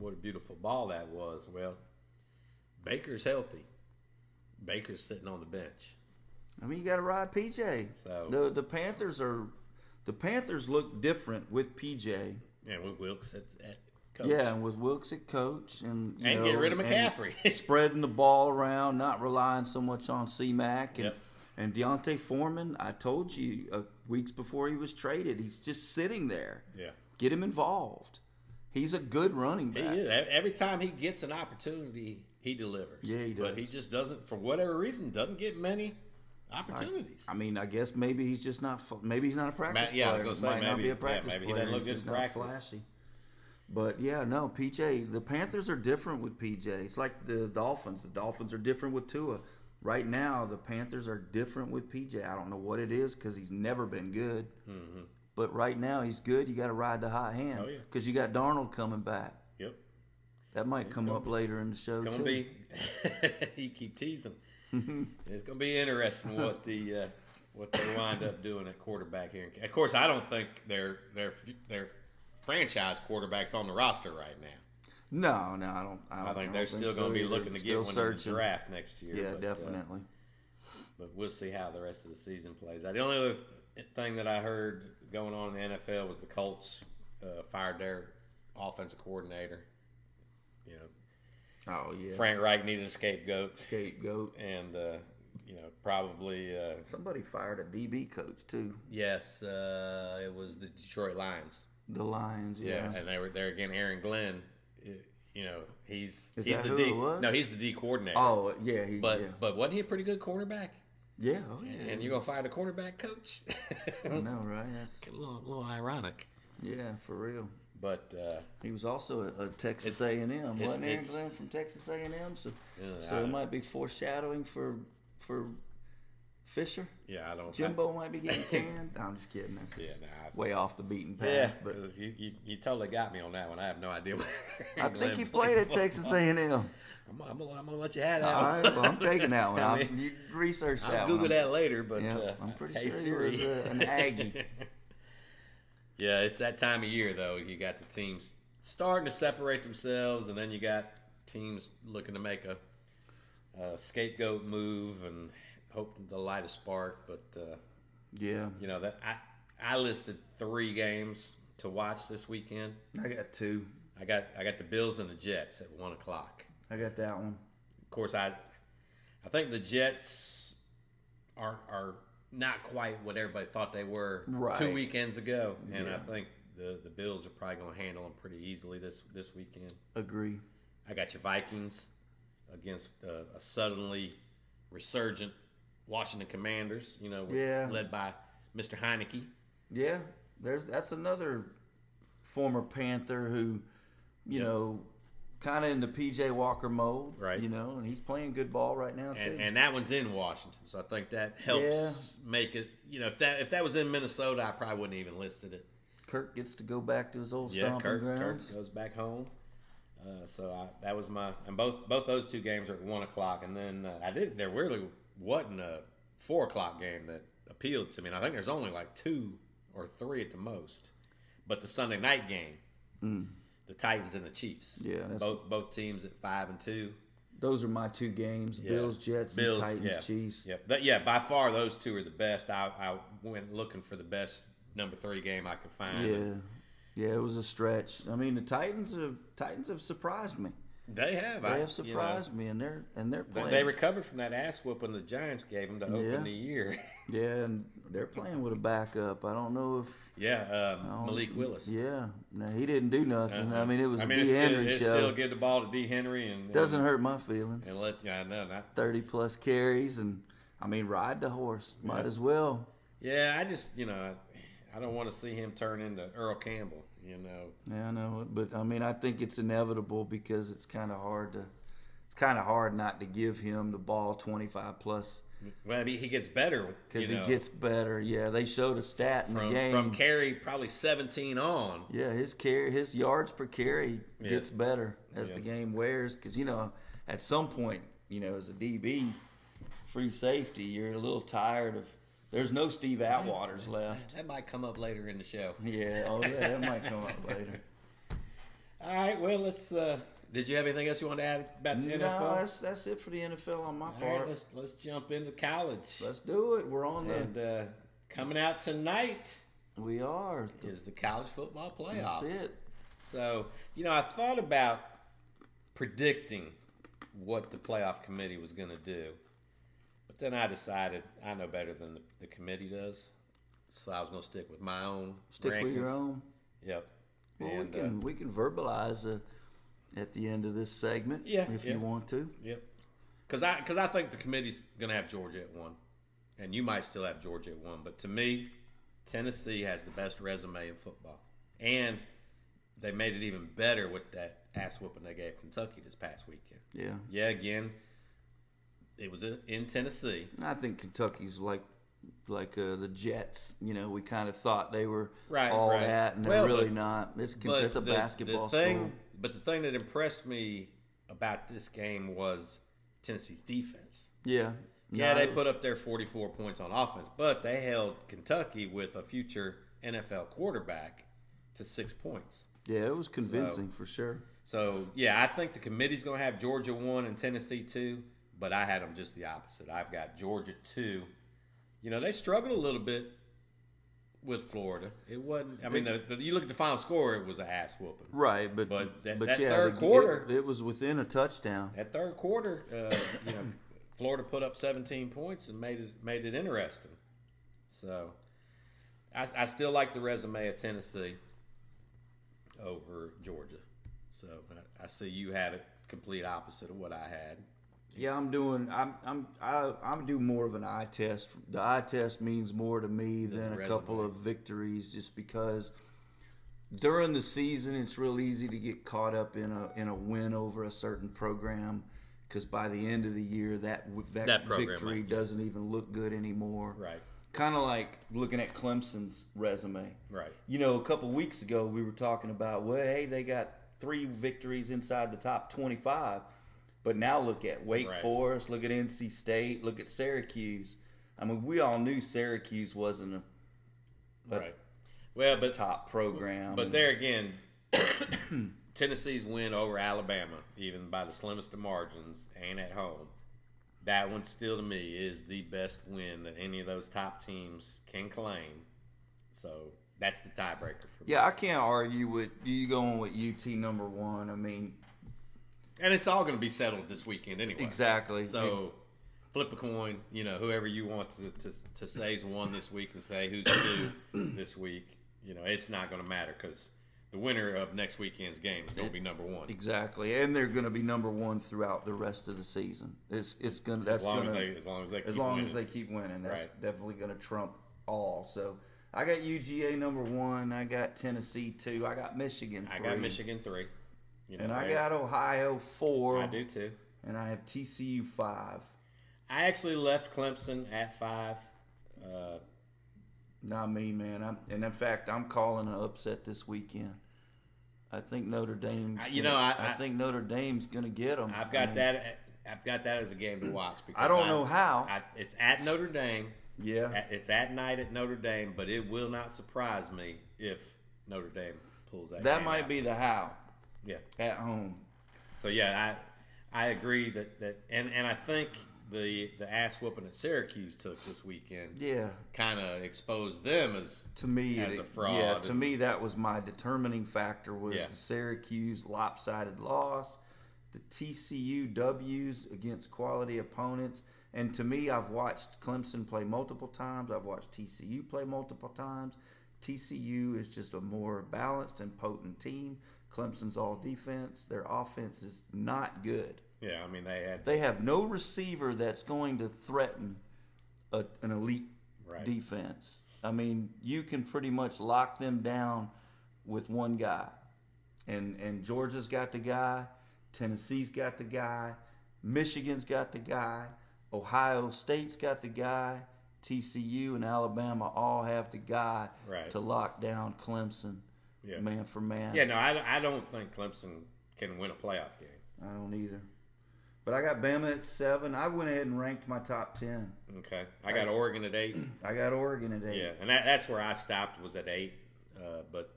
what a beautiful ball that was. Well, Baker's healthy. Baker's sitting on the bench.
I mean, you got to ride PJ.
So-
the the Panthers are, the Panthers look different with PJ.
And with Wilkes at, at coach.
Yeah, and with Wilkes at coach, and you
And
know,
get rid of
and *laughs*
McCaffrey. *laughs*
spreading the ball around, not relying so much on C Mac and
Yep.
and Deontay Foreman. I told you uh, weeks before he was traded, he's just sitting there.
Yeah.
Get him involved. He's a good running
He
back.
is. E- Every time he gets an opportunity, he delivers.
Yeah, he
But
does.
he just doesn't, for whatever reason, doesn't get many opportunities.
I mean, I guess maybe he's just not. fu- Maybe he's not a practice
Ma- yeah, I was
player.
gonna say,
Might not
maybe-
be
yeah,
a practice
maybe he
player.
doesn't look
He's
good
just
in
not
practice.
flashy. But yeah, no, PJ. The Panthers are different with PJ. It's like the Dolphins. The Dolphins are different with Tua. Right now, the Panthers are different with PJ. I don't know what it is because he's never been good. But right now, he's good. You got to ride the hot hand
Mm-hmm. Oh, yeah.
because you got Darnold coming back.
yep.
That might come
gonna
up later in the show
It's
too.
gonna be. *laughs* you keep teasing. it's gonna be interesting what the uh, what they wind up doing at quarterback here. Of course, I don't think their their their franchise quarterbacks on the roster right now.
no, no, I don't. I, don't,
I think they're still
going to
be looking to get one in the draft next year.
Yeah,
but, uh,
definitely.
but we'll see how the rest of the season plays out. The only other thing that I heard going on in the NFL was the Colts uh, fired their offensive coordinator. You know,
oh yeah,
Frank Reich needed a scapegoat,
scapegoat.
and uh, you know probably uh,
Somebody fired a DB coach too.
yes, uh, it was the Detroit Lions.
The Lions,
Yeah,
yeah.
and they were there again. Aaron Glenn, uh, you know, he's
Is
he's
that
the
who
D.
it was?
No, he's the D coordinator.
Oh yeah, he,
but
yeah,
but wasn't he a pretty good cornerback?
yeah, oh yeah.
And you're gonna fire the cornerback
*laughs*
coach? *laughs*
I know, right? That's,
a little, little ironic.
yeah, for real.
But uh,
He was also a, a Texas
It's-
A and M,
it's-
wasn't Aaron
it's-
Glenn from Texas A and M? So,
Yeah,
so
I-
it might be foreshadowing for for Fisher.
yeah, I don't.
Jimbo might be
*laughs*
getting canned. No, I'm just kidding. That's just
Yeah, nah, I-
way off the beaten
I,
path.
yeah,
but
'cause you, you, you totally got me on that one. I have no idea. Where
I think he played at Texas A and
*laughs*
M.
I'm, I'm, gonna, I'm gonna let you have that.
All
one.
right, well, I'm taking that one.
*laughs* I
I
mean,
you research
I'll
that.
Google
one.
that later. But
Yeah,
uh,
I'm pretty
hey,
sure
Siri.
he was uh, an Aggie.
*laughs* Yeah, it's that time of year though. You got the teams starting to separate themselves, and then you got teams looking to make a, a scapegoat move and hoping to light a spark. But uh,
yeah,
you know that I I listed three games to watch this weekend.
I got two.
I got I got the Bills and the Jets at one o'clock.
I got that one.
Of course, I I think the Jets are are not quite what everybody thought they were
Right.
two weekends ago, and I
Yeah.
think the the Bills are probably going to handle them pretty easily this this weekend.
Agree.
I got your Vikings against uh, a suddenly resurgent Washington Commanders. You know, with-
Yeah.
led by Mr. Heineke.
Yeah, there's that's another former Panther who, you know, kind of in the PJ Walker mode,
Right.
You know, and he's playing good ball right now
and,
too.
and that one's in Washington, so I think that helps make it. You know, if that if that was in Minnesota, I probably wouldn't even listed it.
Kirk gets to go back to his old
Yeah,
stomping
Kirk,
grounds.
Kirk goes back home. Uh, so I, that was my and both both those two games are at one o'clock, and then uh, I didn't. There really wasn't a four o'clock game that appealed to me. And I think there's only like two or three at the most. But the Sunday night game, the Titans and the Chiefs.
Mm. Yeah, that's-
both both teams at five and two.
Those are my two games:
Yeah.
Bills, Jets,
Bills,
and Titans,
yeah.
Chiefs.
Yep. That- yeah, by far those two are the best. I, I went looking for the best number three game I could find.
Yeah, yeah, it was a stretch. I mean, the Titans have Titans have surprised me.
They have.
They
I,
have
you know,
surprised me, and they're and they're
they-
playing.
they recovered from that ass whooping the Giants gave them to open
Yeah.
the year. *laughs*
yeah, and they're playing with a backup. I don't know if
yeah,
I
um,
don't-
Malik Willis. Uh-huh.
Yeah, no, he didn't do nothing. I mean, it was a D
it's still,
Henry
it's
show.
still give the ball to D Henry and
Doesn't
and,
hurt my feelings.
and let yeah, I know not.
Thirty plus carries, and I mean, ride the horse. Might as well.
Yeah, I just you know I, I don't want to see him turn into Earl Campbell. You know,
Yeah, I know, it, but I mean, I think it's inevitable because it's kind of hard to. It's kind of hard not to give him the ball twenty five plus
well I mean, he gets better
because
you know,
he gets better. Yeah, they showed a stat in
from,
the game.
from carry probably 17 on.
Yeah, his carry, his yards per carry
Yeah.
gets better as
Yeah.
the game wears because you know at some point you know as a DB, free safety, you're a little tired of. There's no Steve Atwater's left.
That might come up later in the show.
Yeah, oh yeah, that might come
*laughs*
up later.
All right, well, let's. Uh, did you have anything else you wanted to add about the
No,
NFL?
that's that's it for the NFL on my
All right,
part.
let's let's jump into college.
Let's do it. We're on
and uh, coming out tonight
the. We are.
is the college football playoffs.
That's it.
So, you know, I thought about predicting what the playoff committee was going to do, but then I decided I know better than the, the committee does, so I was going to stick with my own
Stick
rankings.
with your own.
Yep.
Well,
and
we can
uh,
we can verbalize uh, at the end of this segment,
Yeah,
if
yeah.
you want to.
yep. Because I because I think the committee's going to have Georgia at one, and you might still have Georgia at one, but to me, Tennessee has the best resume in football, and they made it even better with that ass whooping they gave Kentucky this past weekend.
Yeah,
Yeah, again, it was in- in Tennessee.
And I think Kentucky's like like uh, the Jets. You know, we kind of thought they were
Right,
all
right.
that, and
Well,
they're really
but-
not. It's, Ken- it's a basketball
the thing,
school.
But the thing that impressed me about this game was Tennessee's defense.
Yeah.
Yeah,
No,
they
it was-
put up their 44 points on offense, but they held Kentucky with a future NFL quarterback to six points.
Yeah, it was convincing for sure.
So, yeah, I think the committee's going to have Georgia 1 and Tennessee 2, but I had them just the opposite. I've got Georgia 2. You know, they struggled a little bit with Florida. It wasn't, I mean, the, the, you look at the final score, it was an ass whooping.
Right, but
But that-
but
that
yeah,
third
the-
quarter-
it, it was within a touchdown.
That third quarter, uh, you know, Florida put up 17 points and made it made it interesting. So, I, I still like the resume of Tennessee over Georgia. So I, I see you had it complete opposite of what I had.
Yeah, I'm doing. I'm I'm I, I'm do more of an eye test. The eye test means more to me than,
the
a couple
resume.
of victories, just because during the season it's real easy to get caught up in a in a win over a certain program, because by the end of the year that w- that,
That program
victory
might-
doesn't even look good anymore.
Right.
Kind of like looking at Clemson's resume.
Right.
You know, a couple weeks ago we were talking about, well, hey, they got three victories inside the top 25. But now look at Wake
Right.
Forest, look at NC State, look at Syracuse. I mean, we all knew Syracuse wasn't a
right. Well, but
top program.
but there again, *coughs* Tennessee's win over Alabama, even by the slimmest of margins and at home, that one still to me is the best win that any of those top teams can claim. So that's the tiebreaker for me.
yeah, I can't argue with you going with UT number one. I mean,
And it's all going to be settled this weekend anyway.
exactly.
So flip a coin, you know, whoever you want to, to, to say's one this week and say who's two *coughs* this week. You know, it's not going to matter because the winner of next weekend's game is going to be number one.
exactly, and they're going to be number one throughout the rest of the season. It's it's going to that's
As long
gonna,
as they, as long as they,
as
keep
long
winning.
as they keep winning. That's
Right.
definitely going to trump all. So I got UGA number one. I got Tennessee two. I got Michigan.
I
three,
got Michigan three. You know,
And I
they-
got Ohio four.
I do too.
And I have TCU five.
I actually left Clemson at five. Uh,
Not me, man. I'm, and in fact, I'm calling an upset this weekend. I think Notre Dame's.
I- you
gonna-
know, I- I-
think Notre Dame's going to get them.
I've got that. I've got that as a game to watch because
Mm. *clears throat* I don't know how.
I, it's at Notre Dame.
Yeah.
At- It's at night at Notre Dame, but it will not surprise me if Notre Dame pulls that.
that
game
might
out.
be the how
Yeah.
at home.
So yeah, I I agree that that and and I think the the ass whooping that Syracuse took this weekend
Yeah.
kind of exposed them as
to me
as
it- e-,
a fraud.
Yeah, to me that was my determining factor was
Yeah.
the Syracuse lopsided loss, the TCU W's against quality opponents, and to me I've watched Clemson play multiple times. I've watched TCU play multiple times. TCU is just a more balanced and potent team. Clemson's all defense. Their offense is not good.
Yeah, I mean they had
They have no receiver that's going to threaten a, an elite
Right.
defense. I mean, you can pretty much lock them down with one guy, and and Georgia's got the guy, Tennessee's got the guy, Michigan's got the guy, Ohio State's got the guy, TCU and Alabama all have the guy
Right.
to lock down Clemson,
Yeah.
man for man.
Yeah, no, I, I don't think Clemson can win a playoff game.
I don't either. But I got Bama at seven. I went ahead and ranked my top ten.
Okay, I got Oregon at eight.
I got Oregon at eight.
Yeah, and that, that's where I stopped was at eight. Uh, but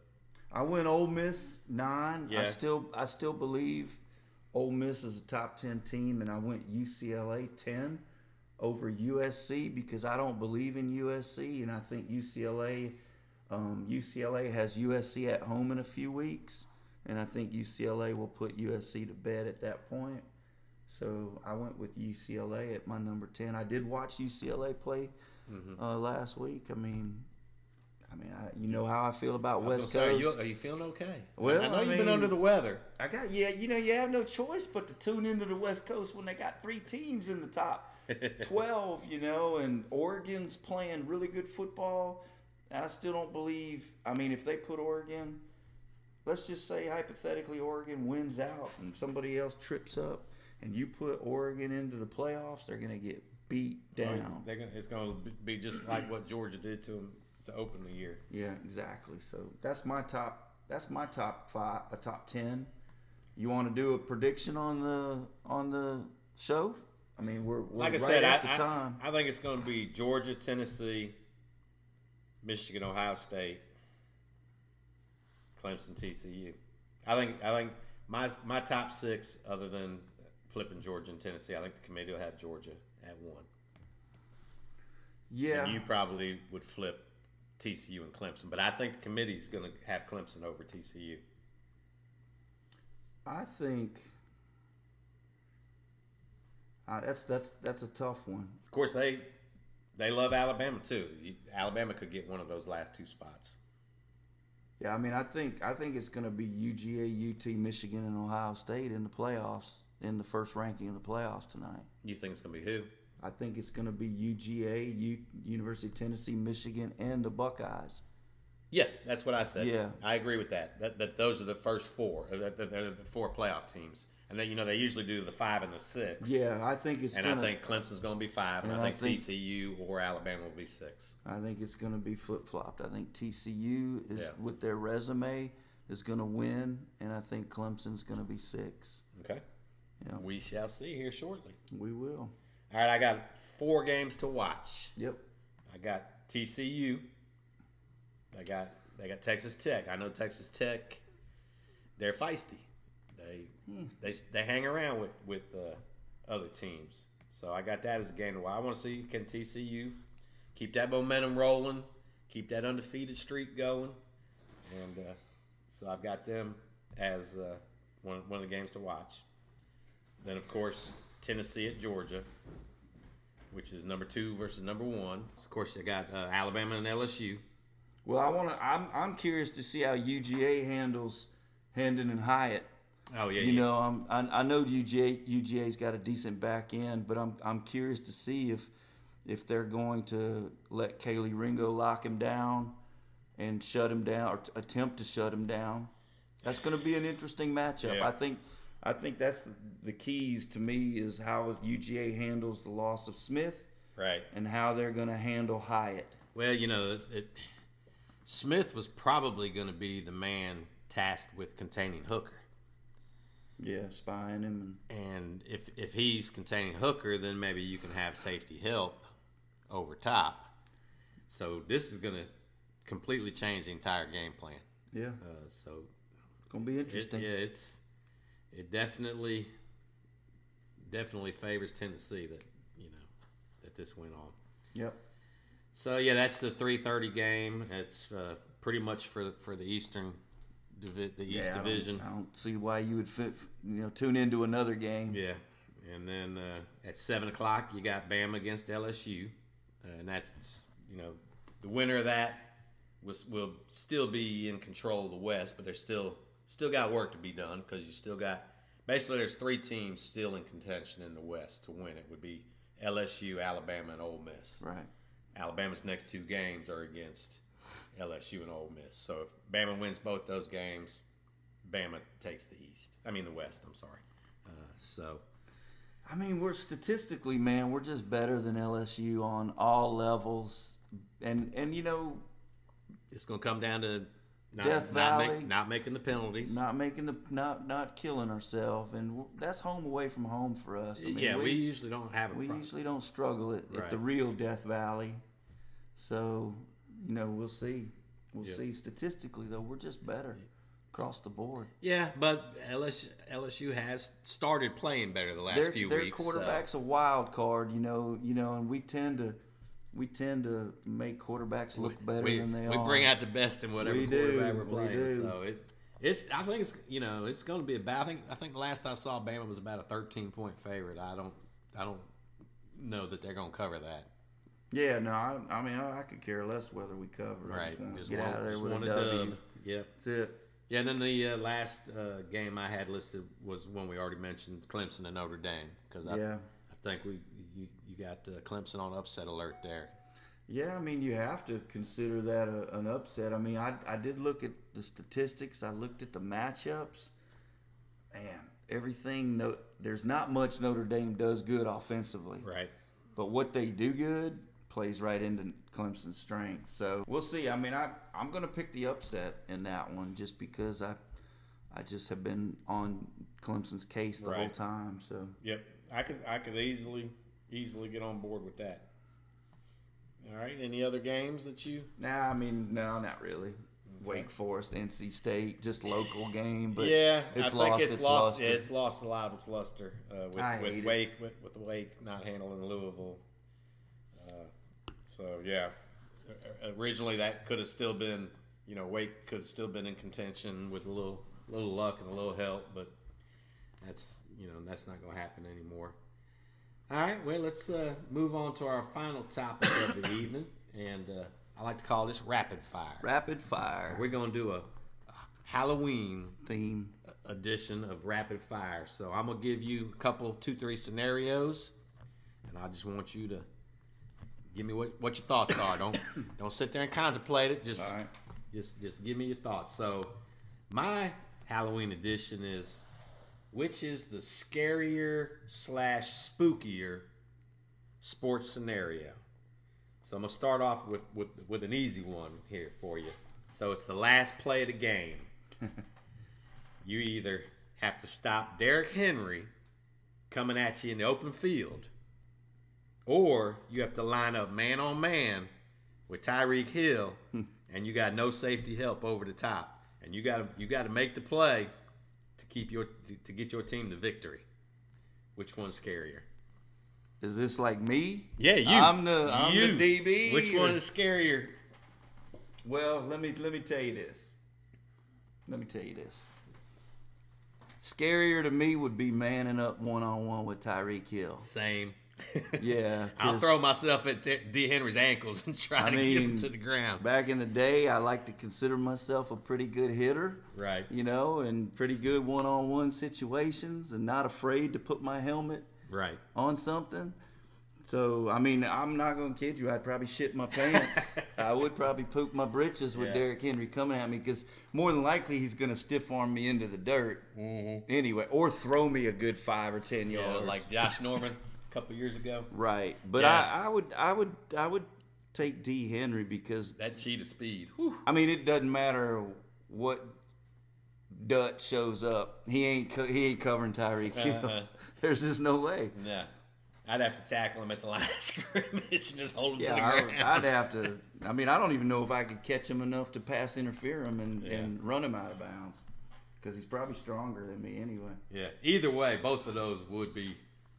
I went Ole Miss nine. I
Yeah.
still I still believe Ole Miss is a top ten team, and I went UCLA ten over USC because I don't believe in USC, and I think UCLA um, UCLA has USC at home in a few weeks, and I think UCLA will put USC to bed at that point. So I went with UCLA at my number ten. I did watch UCLA play
Mm-hmm.
uh, last week. I mean, I mean, I, you know how I feel about
I was
West
gonna say,
Coast.
are you, are you feeling okay?
Well,
I know
I
you've been
mean-
under the weather.
I got yeah, you know, you have no choice but to tune into the West Coast when they got three teams in the top twelve, you know, and Oregon's playing really good football. I still don't believe I mean if they put Oregon let's just say hypothetically Oregon wins out and somebody else trips up and you put Oregon into the playoffs, they're gonna get beat
Oh,
down.
They're gonna, it's going to be just like what Georgia did to them to open the year.
Yeah, exactly. So that's my top. That's my top five, a top ten. You want to do a prediction on the on the show? I mean, we're, we're
Like I
right
said, I,
at the
I-
time.
I think it's going to be Georgia, Tennessee, Michigan, Ohio State, Clemson, TCU. I think I think my my top six, other than flipping Georgia and Tennessee, I think the committee will have Georgia at one.
yeah,
And you probably would flip TCU and Clemson, but I think the committee's going to have Clemson over TCU.
I think uh, that's that's that's a tough one.
Of course, they they love Alabama too. You- Alabama could get one of those last two spots.
Yeah, I mean, I think I think it's going to be UGA, UT, Michigan, and Ohio State in the playoffs in the first ranking of the playoffs tonight.
You think it's going to be who?
I think it's going to be UGA, U- University of Tennessee, Michigan, and the Buckeyes.
Yeah, that's what I said.
Yeah.
I agree with that. That, that those are the first four. uh, That, that, they're the four playoff teams, and then you know they usually do the five and the six.
Yeah, I think it's
and
gonna,
I think Clemson's going to be five, and,
And
I,
I
think,
think-
TCU or Alabama will be six.
I think it's going to be flip flopped. I think TCU is
Yeah.
with their resume is going to win, and I think Clemson's going to be six.
Okay.
Yeah.
We shall see here shortly.
We will.
All right, I got four games to watch.
Yep.
I got TCU. I got they got Texas Tech. I know Texas Tech. They're feisty. They they they hang around with with uh, other teams. So I got that as a game to watch. I want to see can TCU keep that momentum rolling, keep that undefeated streak going, and uh, so I've got them as uh, one one of the games to watch. Then of course Tennessee at Georgia which is number two versus number one. Of course, they got uh, Alabama and LSU.
Well, I want to. I'm I'm curious to see how UGA handles Hendon and Hyatt.
Oh yeah,
You know, I'm, I I know UGA UGA's got a decent back end, but I'm I'm curious to see if if they're going to let Kaylee Ringo lock him down and shut him down or t- attempt to shut him down. That's going to be an interesting matchup.
Yeah.
I think I think that's the, the keys to me is how UGA handles the loss of Smith
right.
and how they're going to handle Hyatt.
Well, you know, it, it, Smith was probably going to be the man tasked with containing Hooker,
Yeah, spying him and
and if if he's containing Hooker, then maybe you can have safety help over top. So this is going to completely change the entire game plan.
yeah,
Uh, so
going to be
It,
interesting.
yeah, it's it definitely definitely favors Tennessee that you know that this went on.
Yep.
So yeah, that's the three thirty game. It's uh, pretty much for for the Eastern divi- the East
Yeah, I don't-
Division.
I don't, see why you would fit, you know, tune into another game.
Yeah, and then uh, at seven o'clock you got Bama against LSU, uh, and that's you know the winner of that was will still be in control of the West, but there's still still got work to be done because you still got basically there's three teams still in contention in the West to win. It would be LSU, Alabama, and Ole Miss.
Right.
Alabama's next two games are against LSU and Ole Miss. So if Bama wins both those games, Bama takes the East. I mean the West. I'm sorry. Uh, so
I mean, we're statistically, man, we're just better than LSU on all levels, and and you know,
it's gonna come down to not,
Death
not,
Valley.
make, not making the penalties.
not making the not not killing ourselves, and w- that's home away from home for us. I mean,
yeah, we,
we
usually don't have a
we
problem.
usually don't struggle at, at the
Right.
real Death Valley, so you know, we'll see, we'll
Yeah.
see. Statistically, though, we're just better across the board.
Yeah, but LSU, LSU has started playing better the last
their,
few
their
weeks. so-
quarterback's a wild card, you know, you know, and we tend to we tend to make quarterbacks look better
we,
than they
we
are.
bring out the best in whatever
We do,
quarterback we're
we
playing.
do.
So it, It's. I think it's. You know, it's going to be a bad. I think. I think last I saw, Bama was about a 13 point favorite. I don't. I don't know that they're going to cover that.
Yeah, no, I, I mean, I, I could care less whether we cover. I
Right.
just wanna
Just
get
one,
out of there
just
with
one
a
a
W.
dub. Yep.
That's it.
Yeah, and then the uh, last uh, game I had listed was one we already mentioned, Clemson and Notre Dame, because I,
Yeah.
I think we you, you got uh, Clemson on upset alert there.
Yeah, I mean, you have to consider that a, an upset. I mean, I, I did look at the statistics. I looked at the matchups. Man, everything. No, there's not much Notre Dame does good offensively.
Right.
But what they do good plays right into Clemson's strength. So we'll see. I mean, I I'm gonna pick the upset in that one just because I I just have been on Clemson's case the whole
Right.
time. So
Yep. I could I could easily easily get on board with that. All right. Any other games that you?
nah, I mean, no, not really. Wake Forest, NC State, just local game, but
yeah, I
it's
think
lost,
it's,
it's
lost.
lost.
yeah, it's lost a lot of its luster uh, with,
I hate
with
it.
Wake with, with Wake not handling Louisville. Uh, so yeah, O- originally that could have still been you know Wake could have still been in contention with a little little luck and a little help, but that's you know that's not going to happen anymore. All right, well let's uh, move on to our final topic of the evening, and uh, I like to call this rapid fire.
rapid fire
We're going to do a a Halloween
theme.
edition of Rapid Fire. So I'm gonna give you a couple, two, three scenarios, and I just want you to give me what, what your thoughts are. Don't *coughs* don't sit there and contemplate it. Just
All right.
just just give me your thoughts. So my Halloween edition is which is the scarier slash spookier sports scenario. So I'm gonna start off with, with with an easy one here for you. So it's the last play of the game you either have to stop Derrick Henry coming at you in the open field, or you have to line up man on man with
*laughs*
Tyreek Hill, and you got no safety help over the top, and you got to you got to make the play to keep your to, to get your team the victory. Which one's scarier?
Is this like me?
Yeah, you.
I'm the I'm
you.
the DB.
Which
or-
one is scarier?
Well, let me let me tell you this. Let me tell you this. Scarier to me would be manning up one on one with Tyreek
*laughs*
Hill.
Same.
Yeah,
I'll
'cause
throw myself at D. D. Henry's ankles and try
I
to get him
mean,
to the ground.
Back in the day, I like to consider myself a pretty good hitter,
Right.
you know, and pretty good one on one situations, and not afraid to put my helmet
Right.
on something. So I mean, I'm not gonna kid you. I'd probably shit
*laughs*
my pants. I would probably poop my britches with
Yeah.
Derrick Henry coming at me because more than likely he's gonna stiff arm me into the dirt anyway, or throw me a good five or ten
You know,
yards.
Mm-hmm. like Josh Norman a couple years ago.
right, but
Yeah.
I, I would, I would, I would take D Henry because
That cheetah speed. Whew.
I mean it doesn't matter what Dutch shows up. He ain't co- he ain't covering Tyreek Hill.
Uh-uh.
*laughs* There's just no way.
Yeah. I'd have to tackle him at the line of *laughs* scrimmage and just hold him to
Yeah,
the
I,
ground.
would- I'd have to. I mean, I don't even know if I could catch him enough to pass interfere him and, and run him out of bounds because he's probably stronger than me anyway.
Yeah. Either way, both of those would be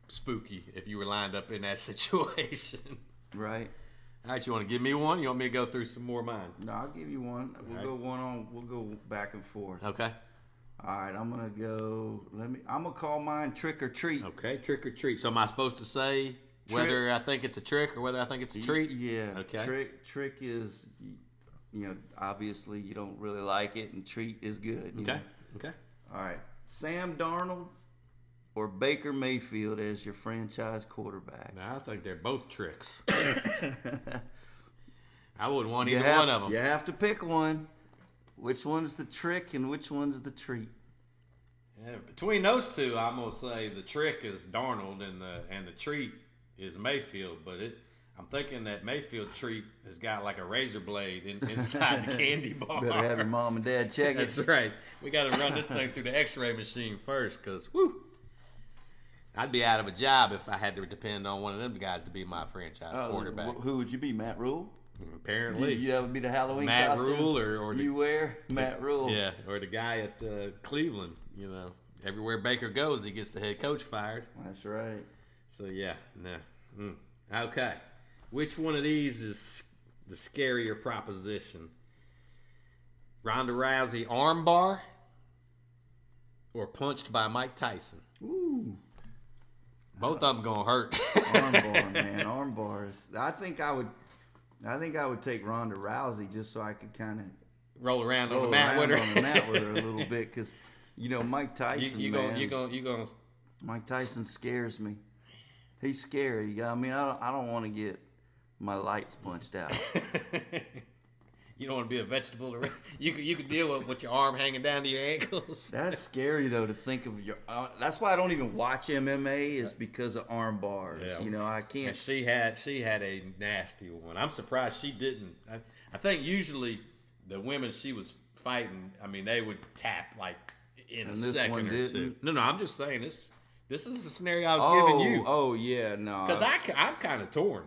spooky if you were lined up in that *laughs* situation.
Right?
All right, you want to give me one? You want me to go through some more of mine?
No, I'll give you one. We'll
Alright.
go one on. We'll go back and forth.
Okay.
All right, I'm gonna go. Let me. I'm gonna call mine trick or treat.
Okay. Trick or treat. So am I supposed to say whether I think it's a trick or whether I think it's a treat?
Yeah.
Okay.
Trick. Trick is, y- you know, obviously you don't really like it, and treat is good. you
Okay.
know?
Okay.
All right. Sam Darnold or Baker Mayfield as your franchise quarterback.
Now, I think they're both *coughs* tricks. I wouldn't want either
you have,
one of them.
You have to pick one. Which one's the trick and which one's the treat?
Yeah, between those two, I'm gonna say the trick is Darnold and the and the treat is Mayfield. But it, I'm thinking that Mayfield treat has got like a razor blade in,
*laughs*
inside the candy bar.
Better have your mom and dad check it.
*laughs* That's right. We got to run this thing through the X-ray machine first, cause whoo, I'd be out of a job if I had to depend on one of them guys to be my franchise
Oh,
quarterback.
wh- Who would you be, Matt Rule?
Apparently,
You, that would be the Halloween
Matt
costume
Rule or- or the-
you wear Matt Rule.
yeah, or the guy at uh, Cleveland. You know, everywhere Baker goes, he gets the head coach fired.
That's right.
So yeah, no. Mm. Okay, which one of these is the scarier proposition? Ronda Rousey armbar or punched by Mike Tyson.
Ooh,
Both of them gonna hurt. *laughs*
armbar, man, arm bars. I think I would, I think I would take Ronda Rousey just so I could kind of
Roll around on
roll
the mat with
around
her.
on the
*laughs*
mat with her a little bit because, you know, Mike
you,
Tyson,
you
man,
gonna you gonna you gonna *laughs*
Mike Tyson scares me. He's scary. I mean, I don't, I don't want to get my lights punched
*laughs*
out.
you don't want to be a vegetable. To, you could you could deal with with your arm hanging down to your ankles.
That's scary though to think of your. Uh, that's why I don't even watch MMA is because of arm bars.
Yeah.
You know, I can't.
And she had she had a nasty one. I'm surprised she didn't. I, I think usually the women she was fighting, I mean, they would tap like in
And
a
this
second
one
or two.
didn't?
No, no, I'm just saying this. This is the scenario I was
oh,
giving you
oh yeah, no.
because I am kind of torn.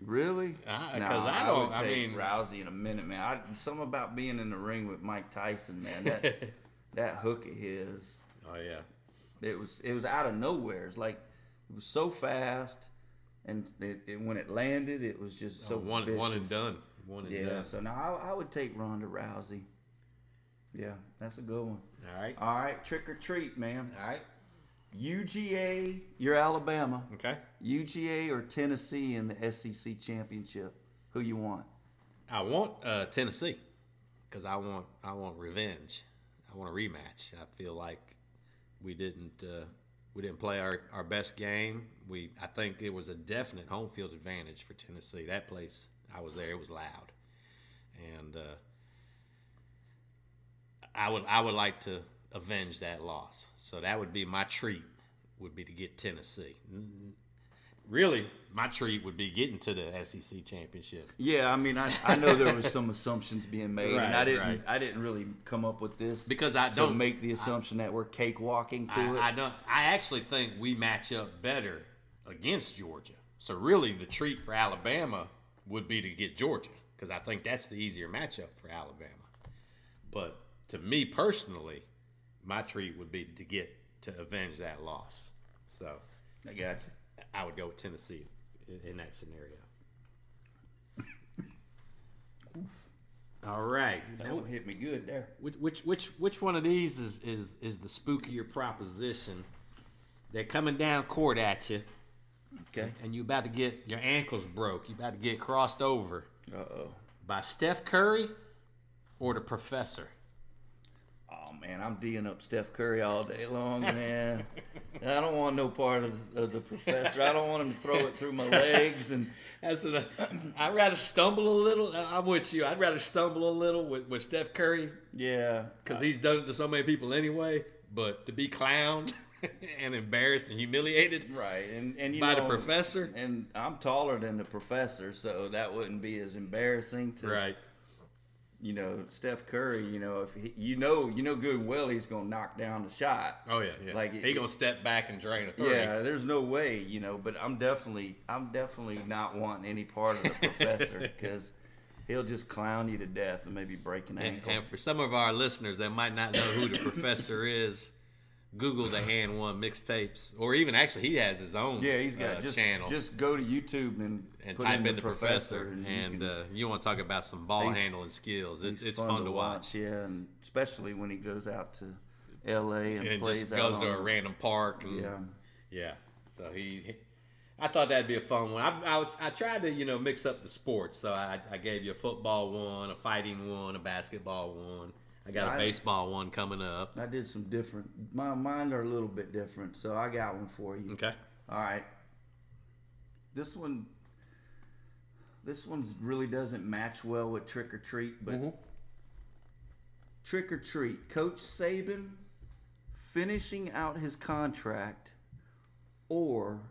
really
I-
No,
'cause I
would
don't- I
take
mean-
Rousey in a minute, man. I, something about being in the ring with Mike Tyson, man. That
*laughs*
that hook of his,
Oh yeah,
it was it was out of nowhere. It's like it was so fast, and it, it, when it landed, it was just so
so one one
Oh,
and
vicious.
done. One and
Yeah.
done.
So now I, I would take Ronda Rousey. Yeah, that's a good one.
All right.
All right, trick or treat, man.
All right.
UGA, you're Alabama.
Okay.
UGA or Tennessee in the SEC championship. Who you want?
I want uh, Tennessee because I want I want revenge. I want a rematch. I feel like we didn't uh, we didn't play our, our best game. We I think it was a definite home field advantage for Tennessee. That place I was there, it was loud, and uh, I would I would like to avenge that loss. So that would be my treat would be to get Tennessee. N- Really, my treat would be getting to the SEC championship.
Yeah, I mean, I, I know there was some *laughs* assumptions being made, and I
Right,
didn't
right.
I didn't really come up with this
because I
to
don't
make the assumption that we're cakewalking to it.
I, I don't. I actually think we match up better against Georgia. So really, the treat for Alabama would be to get Georgia because I think that's the easier matchup for Alabama. But to me personally, my treat would be to get to avenge that loss. So
I got you.
I would go with Tennessee in, in that scenario. All right.
That one hit me good there.
Which which which which one of these is is is the spookier proposition? They're coming down court at you,
Okay.
and you about to get your ankles broke. You about to get crossed over
Uh oh.
by Steph Curry or the professor.
Oh man, I'm D'ing up Steph Curry all day long,
*laughs*
man. I don't want no part of, of the professor. I don't want him to throw it through my legs and
That's what I, *clears throat* would rather stumble a little. I- I'm with you. I'd rather stumble a little with, with Steph Curry
yeah.
because he's done it to so many people anyway. But to be clowned *laughs* and embarrassed and humiliated
Right, and and you
by the
know,
professor,
and I'm taller than the professor, so that wouldn't be as embarrassing to
right?
you know Steph Curry. You know if he, you know you know good and well he's gonna knock down the shot.
Oh yeah, yeah.
Like,
Like
it-
he gonna step back and drain a three.
Yeah, there's no way you know, but I'm definitely I'm definitely not wanting any part of the professor
*laughs*
because he'll just clown you to death and maybe break an
And,
ankle.
and for some of our listeners that might not know
*laughs*
who the professor is, Google the Hand One mixtapes, or even actually he has his own.
Yeah, he's got
uh,
just
channel.
just go to YouTube and,
and
put
type
in,
in, the professor, and,
you can-
uh, you want to talk about some ball
He's-
handling skills? It's, it's fun, to watch.
Yeah, and especially when he goes out to L.A. and,
And
plays
just
out
goes to
on-
a random park. And,
Yeah,
Yeah. So he, he- I thought that'd be a fun one. I, I, I tried to you know mix up the sports, so I, I gave you a football one, a fighting one, a basketball one. I got a
I-
baseball one coming up.
I did some different. My mine are a little bit different, so I got one for you.
Okay.
All right, this one. This one's really doesn't match well with trick or treat, but trick or treat. Coach Saban finishing out his contract, or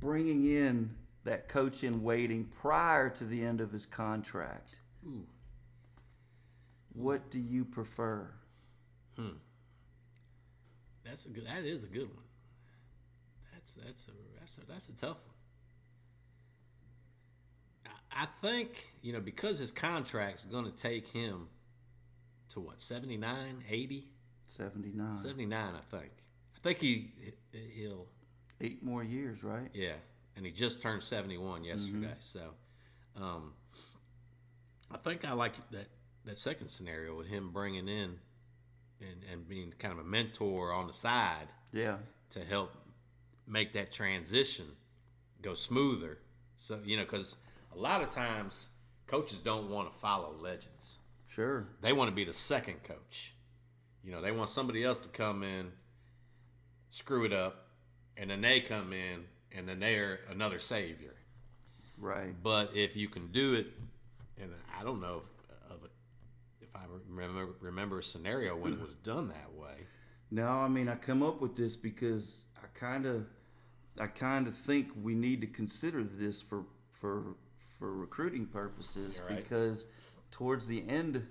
bringing in that coach in waiting prior to the end of his contract.
Ooh.
What do you prefer?
That's a good. That is a good one. That's that's a that's a that's a tough one. I, I think you know because his contract's going to take him to what 79, 80,
79.
79, I think. I think he he- he'll
Eight more years, right?
yeah, and he just turned seventy one yesterday. So, um, I think I like that that second scenario with him bringing in and, and being kind of a mentor on the side
Yeah.
to help make that transition go smoother. So, you know, because a lot of times coaches don't want to follow legends.
Sure.
They want to be the second coach. You know, they want somebody else to come in, screw it up, and then they come in, and then they're another savior.
Right.
But if you can do it, and I don't know if, of a, if I remember remember a scenario when it was done that way.
No, I mean I come up with this because I kind of, I kind of think we need to consider this for for for recruiting purposes
You're right.
because towards the end,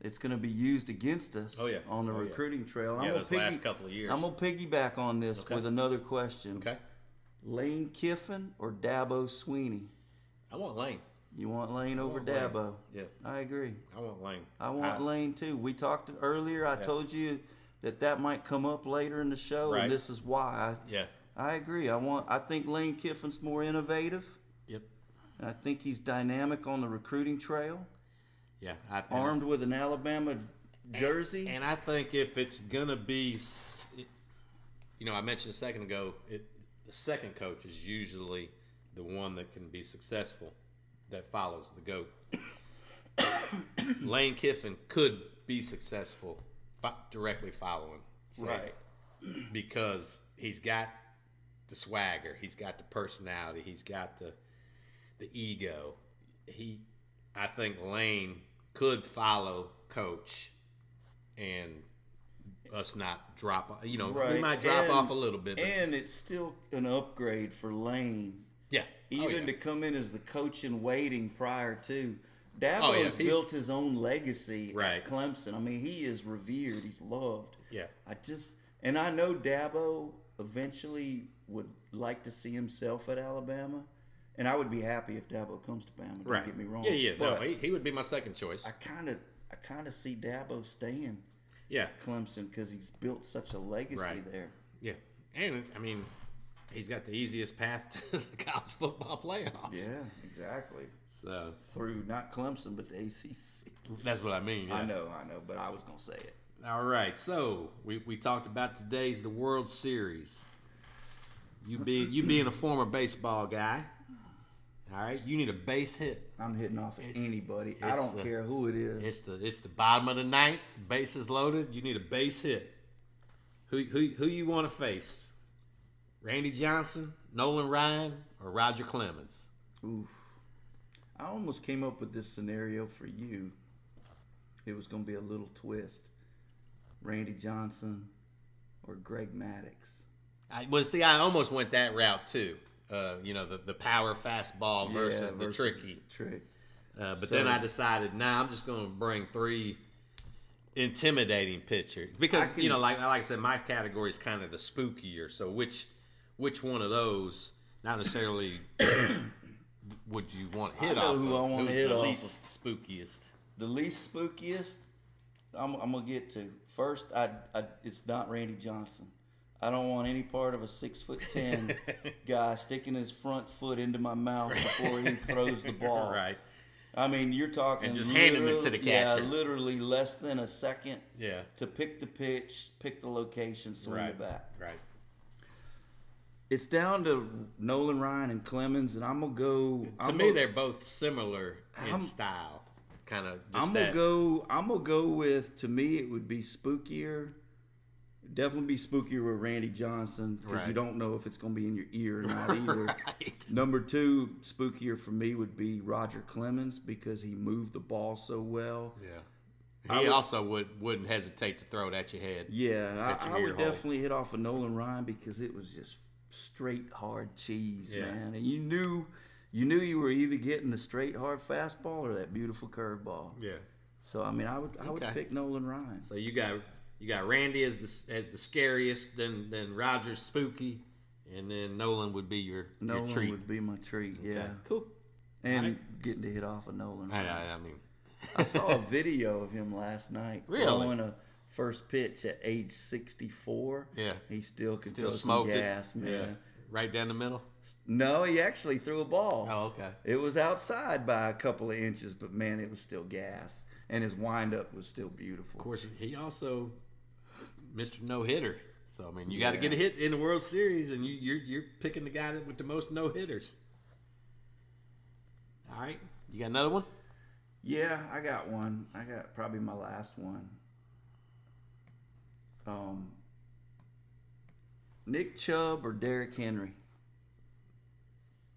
it's going to be used against us.
Oh, yeah.
on the
Oh, yeah.
recruiting trail.
Yeah,
gonna
those last couple of years.
I'm gonna piggyback on this
Okay.
with another question.
Okay,
Lane Kiffin or Dabo Sweeney?
I want Lane.
You want Lane over
want Lane.
Dabo?
Yeah,
I agree.
I want Lane.
I want Lane too. We talked earlier. I told you that that might come up later in the show,
Right.
and this is why. I,
yeah,
I agree. I want. I think Lane Kiffin's more innovative.
yep,
and I think he's dynamic on the recruiting trail,
yeah. I,
armed with an Alabama jersey.
And I think if it's gonna be, s- you know, I mentioned a second ago, it, the second coach is usually the one that can be successful, that follows the goat. *coughs* Lane Kiffin could be successful fo- directly following, Saban
Right.
because he's got the swagger, he's got the personality, he's got the the ego. He, I think Lane could follow Coach and us not drop. You know, we
Right.
might drop
And-
off a little bit. But
and it's still an upgrade for Lane,
yeah,
even
oh, yeah.
to come in as the coach in waiting prior to. Dabo's
Oh, yeah, if he's-
built his own legacy
Right.
at Clemson. I mean, he is revered. He's loved.
yeah,
I just and I know Dabo eventually would like to see himself at Alabama, and I would be happy if Dabo comes to Bama. Don't
right.
get me wrong.
Yeah, yeah.
But
no, he, he would be my second choice.
I kind of, I kind of see Dabo staying
yeah,
at Clemson because he's built such a legacy
Right.
there.
yeah. And I mean, he's got the easiest path to *laughs* the college football playoffs.
Yeah, exactly.
So
Through not Clemson but the ACC.
that's what I mean. Yeah.
I know, I know, but I was gonna say it.
All right, so we, we talked about today's the World Series. You being you being a former baseball guy, all right, you need a base hit.
I'm hitting off at anybody. I
it's,
don't
uh,
care who it is.
It's the it's the bottom of the ninth, bases loaded. You need a base hit. Who who who you want to face? Randy Johnson, Nolan Ryan, or Roger Clemens?
Oof. I almost came up with this scenario for you. It was going to be a little twist. Randy Johnson or Greg Maddox.
I, well, see, I almost went that route too. Uh, you know, the, the power fastball versus,
Yeah,
the tricky.
the trick.
Uh, but
So-
then I decided, nah, I'm just going to bring three intimidating pictures because
I can-
you know, like like I said, my category is kind of the spookier. So which which one of those, not necessarily, *coughs* would you want to hit
know
off?
who
of?
I wanna
Who's
hit
the
off
least spookiest?
The least spookiest, I'm, I'm going to get to. First, I, I, it's not Randy Johnson. I don't want any part of a six foot
*laughs*
ten guy sticking his front foot into my mouth before he throws *laughs*
*laughs*
the ball.
Right.
I mean, you're talking
And just handing it to
literally-
the catcher.
Yeah, literally less than a second
Yeah.
to pick the pitch, pick the location, swing
Right.
it back.
Right.
It's down to Nolan Ryan and Clemens, and I'm gonna go.
To
I'm
me,
gonna,
they're both similar in
I'm-
style, kind of. Just
I'm
that. *laughs*
gonna go. I'm gonna go with. To me, it would be spookier. Definitely be spookier with Randy Johnson because you
Right.
don't know if it's gonna be in your ear or not either.
*laughs* Right.
Number two, spookier for me would be Roger Clemens because he moved the ball so well.
Yeah.
I
He
would-
also would wouldn't hesitate to throw it at your head.
Yeah,
Hit
I,
your
I
ear
would
hole.
definitely hit off a Nolan Ryan because it was just straight hard cheese,
Yeah.
man. And you knew, you knew you were either getting the straight hard fastball or that beautiful curveball.
Yeah.
So I mean, I would I would
Okay.
pick Nolan Ryan.
So you got you got Randy as the as the scariest, then then Roger's spooky, and then Nolan would be your your
Nolan
treat.
would be my treat. Yeah,
Okay, Cool.
and getting to hit off a Nolan.
I,
Ryan.
I, I mean,
I saw a video of him last night
Really?
throwing a first pitch at age 64.
Yeah.
he still could
still
throw
smoked
some
it.
gas, man.
Yeah, right down the middle.
No, he actually threw a ball.
Oh, okay.
It was outside by a couple of inches, but man, it was still gas. And his windup was still beautiful.
Of course, he also Mr. No Hitter. So I mean, you got to get a hit in the World Series, and you, you're you're picking the guy that with the most no hitters. All right, you got another one?
Yeah, I got one. I got probably my last one. Um, Nick Chubb or Derrick Henry?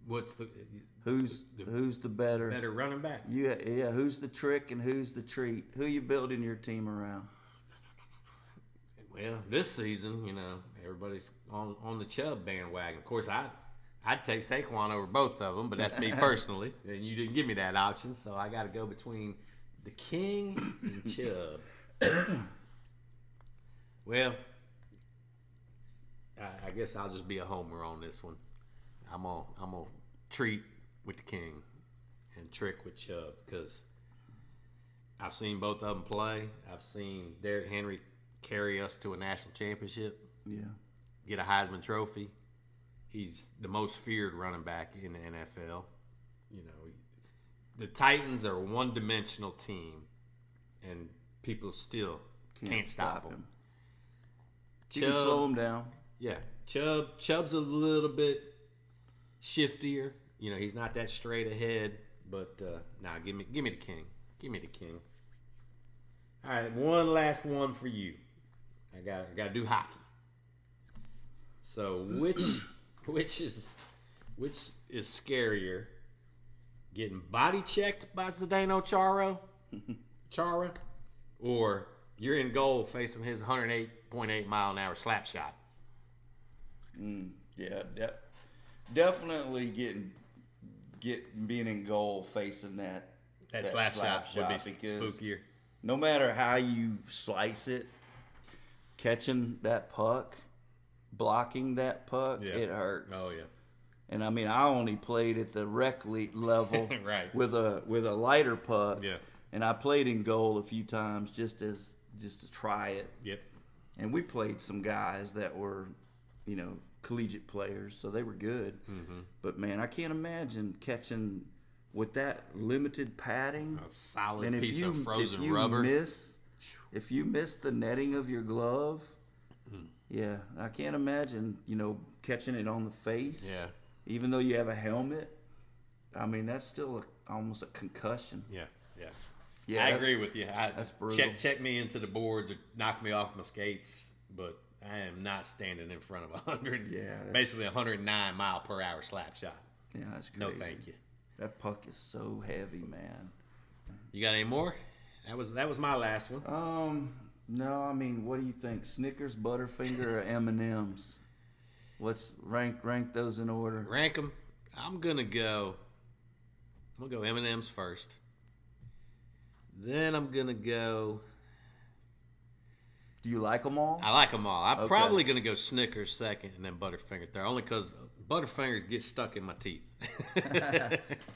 What's the
Who's who's the better?
better running back?
You, yeah, who's the trick and who's the treat? Who you building your team around?
Well, this season, you know, everybody's on on the Chubb bandwagon. Of course, I. I'd take Saquon over both of them, but that's me personally. And you didn't give me that option, so I got to go between the King and Chubb. well, I, I guess I'll just be a homer on this one. I'm gonna I'm gonna treat with the King and trick with Chubb because I've seen both of them play. I've seen Derrick Henry carry us to a national championship
Yeah,
get a Heisman Trophy. He's the most feared running back in the NFL. You know, the Titans are a one dimensional team, and people still can't, stop, him.
You can
Chubb-
slow him down.
yeah, Chubb. Chubb's a little bit shiftier. You know, he's not that straight ahead. But uh, nah, give me give me the king. Give me the king. All right, one last one for you. I got I got to do hockey. So which *clears throat* which is which is scarier, getting body checked by Zdeno Charo, Chara, or you're in goal facing his 108.8 mile an hour slap shot?
Yeah, de- definitely getting get being in goal facing that
That, slap, shot would be s-
because
spookier.
no matter how you slice it, catching that puck, blocking that puck,
Yeah.
it hurts.
Oh yeah,
And I mean, I only played at the rec league level,
*laughs* Right.
With a with a lighter puck,
Yeah.
And I played in goal a few times just as just to try it.
yep.
And we played some guys that were, you know, collegiate players, so they were good.
Mm-hmm.
But man, I can't imagine catching with that limited padding.
A solid
and if
piece
you
of
if
frozen
you
rubber.
miss, if you miss the netting of your glove,
Hmm.
yeah, I can't imagine. You know, catching it on the face.
Yeah.
Even though you have a helmet, I mean that's still a, almost a concussion.
yeah, yeah,
Yeah,
I
that's-
agree with you. I,
that's brutal.
Check check me into the boards or knock me off my skates, but I am not standing in front of a hundred.
Yeah, that's-
basically a hundred nine mile per hour slap shot.
Yeah, that's
No,
crazy.
thank you.
That puck is so heavy, man.
You got any more? That was that was my last one.
Um, no, I mean, what do you think? Snickers, Butterfinger, or M and M's? Let's rank rank those in order.
Rank them. I'm gonna go. I'm gonna go M and M's first. Then I'm gonna go.
Do you like them all?
I like them all. I'm
Okay.
probably gonna go Snickers second, and then Butterfinger third, only because Butterfinger gets stuck in my teeth. *laughs*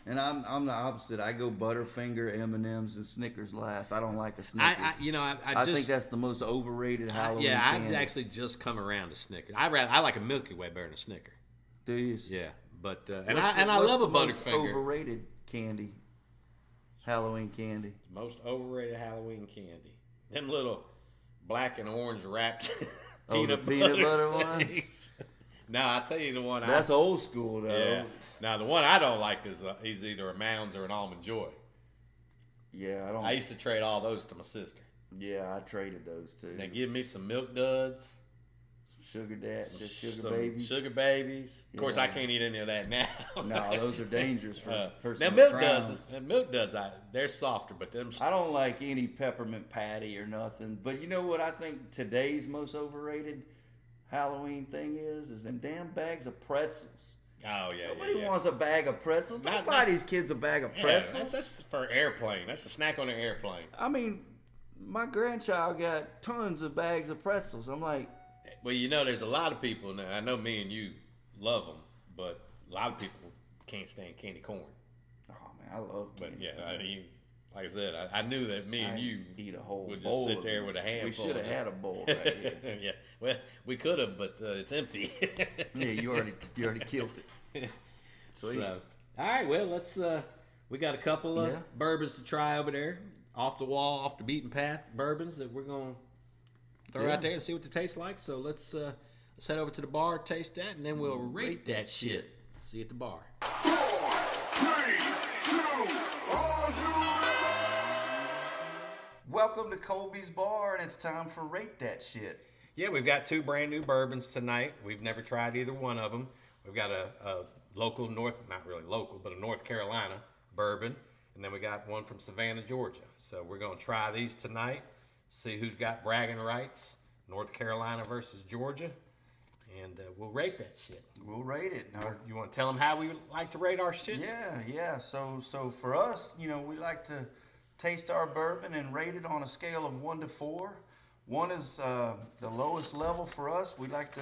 And I'm I'm the opposite. I go Butterfinger, M and M's, and Snickers last. I don't like a
I,
Snickers.
I, you know, I, I,
I
just
think that's the most overrated Halloween
yeah, I've
candy.
actually just come around to Snickers. I rather I like a Milky Way better than a Snicker.
Do you?
Yeah, but uh, and
What's
I
the-
and I
what's
love
the
a
most
Butterfinger.
Overrated candy. Halloween candy.
Most overrated Halloween candy. Them little black and orange wrapped *laughs*
Oh, the
peanut,
peanut butter
butter,
ones?
things. *laughs* no, I tell you the one I
That's old school though.
yeah.
Yeah,
Now the one I don't like is uh, is either a Mounds or an Almond Joy.
I don't.
I used to trade all those to my sister.
yeah, I traded those two.
They give me some Milk Duds,
Sugar Dash, Sugar
some
Baby.
Sugar Babies. Of course, I
Yeah.
can't eat any of that *laughs* now.
No, those are dangerous for
*laughs* Uh,
person.
now
with
milk
crowns.
duds, is- now milk duds, I, they're softer, but them. oh,
I don't like any peppermint patty or nothing. But you know what I think today's most overrated Halloween thing is? Is them damn bags of pretzels.
Oh yeah,
Nobody
yeah, yeah.
wants a bag of pretzels.
Not-
Nobody buy these kids a bag of
Yeah,
pretzels.
that's, that's for airplane. That's a snack on an airplane.
I mean, my grandchild got tons of bags of pretzels. I'm like,
Well, you know, there's a lot of people now. I know me and you love them, but a lot of people can't stand candy corn.
oh man, I love
But
candy.
yeah, I mean, like I said, I, I knew that me
I
and you
eat a whole
would
bowl
just sit
of
there
them.
with a
We
handful.
should have
of this.
had a bowl right
*laughs*
here.
yeah, well, we could have, but uh, it's empty. *laughs*
yeah, you already you already killed it. Sweet.
So, all right, well, let's. Uh, we got a couple of
Yeah.
bourbons to try over there, off the wall, off the beaten path bourbons that we're gonna
throw it
Yeah.
out there and see what it tastes like. So let's uh, let's head over to the bar, taste that, and then we'll rate, that shit. See you at the bar.
Four, three, two, are you ready?
Welcome to Colby's Bar, and it's time for rate that shit.
Yeah, we've got two brand new bourbons tonight. We've never tried either one of them. We've got a, a local North, not really local, but a North Carolina bourbon, and then we got one from Savannah, Georgia. So we're gonna try these tonight. See who's got bragging rights. North Carolina versus Georgia, and uh, we'll rate that shit.
We'll rate it. Now,
You want to tell them how we like to rate our shit?
yeah, yeah. So, so for us, you know, we like to taste our bourbon and rate it on a scale of one to four. One is uh, the lowest level for us. We like to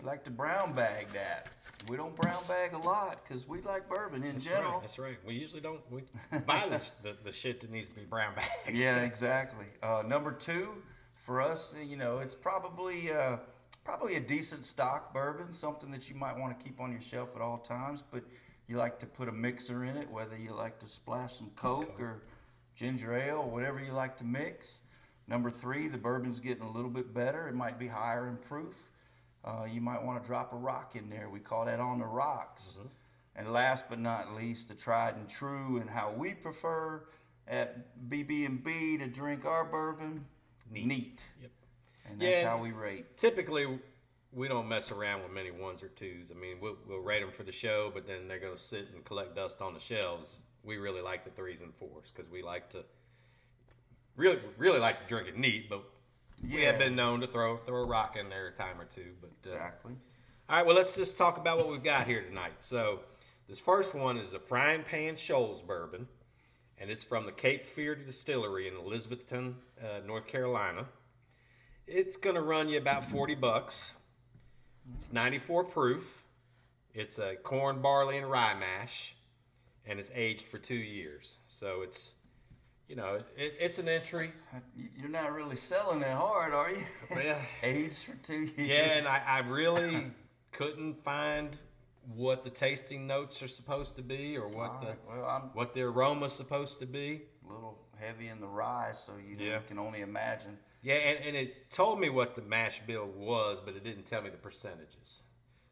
we like to brown bag that. We don't brown bag a lot because we like bourbon in
That's
general.
right. That's right. We usually don't we buy the, sh- the, the shit that needs to be brown bagged.
Yeah, exactly. Uh, number two for us, you know, it's probably uh, probably a decent stock bourbon, something that you might want to keep on your shelf at all times. But you like to put a mixer in it, whether you like to splash some Coke or ginger ale, whatever you like to mix. Number three, the bourbon's getting a little bit better. It might be higher in proof. Uh, you might want to drop a rock in there. We call that on the rocks.
Mm-hmm.
And last but not least, the tried and true, and how we prefer at BB&B to drink our bourbon neat.
Yep.
And that's
Yeah.
how we rate.
typically we don't mess around with many ones or twos. I mean, we'll, we'll rate them for the show, but then they're going to sit and collect dust on the shelves. We really like the threes and fours because we like to really really like to drink it neat, but we
Yeah.
have been known to throw throw a rock in there a time or two. But uh,
Exactly.
all right, well, let's just talk about what we've got here tonight. So, this first one is a frying pan Shoals bourbon, and it's from the Cape Fear Distillery in Elizabethton, uh, North Carolina. It's gonna run you about forty bucks. It's ninety-four proof. It's a corn, barley, and rye mash, and it's aged for two years. So it's, you know, it, it's an entry.
You- You're not really selling it hard, are
*laughs*
you?
Yeah.
Aged for two years.
Yeah, and I, I really couldn't find what the tasting notes are supposed to be or what
All
the
right, well, I'm
what the aroma's supposed to be.
a little heavy in the rye, so you know,
Yeah.
you can only imagine.
Yeah, and, and it told me what the mash bill was, but it didn't tell me the percentages.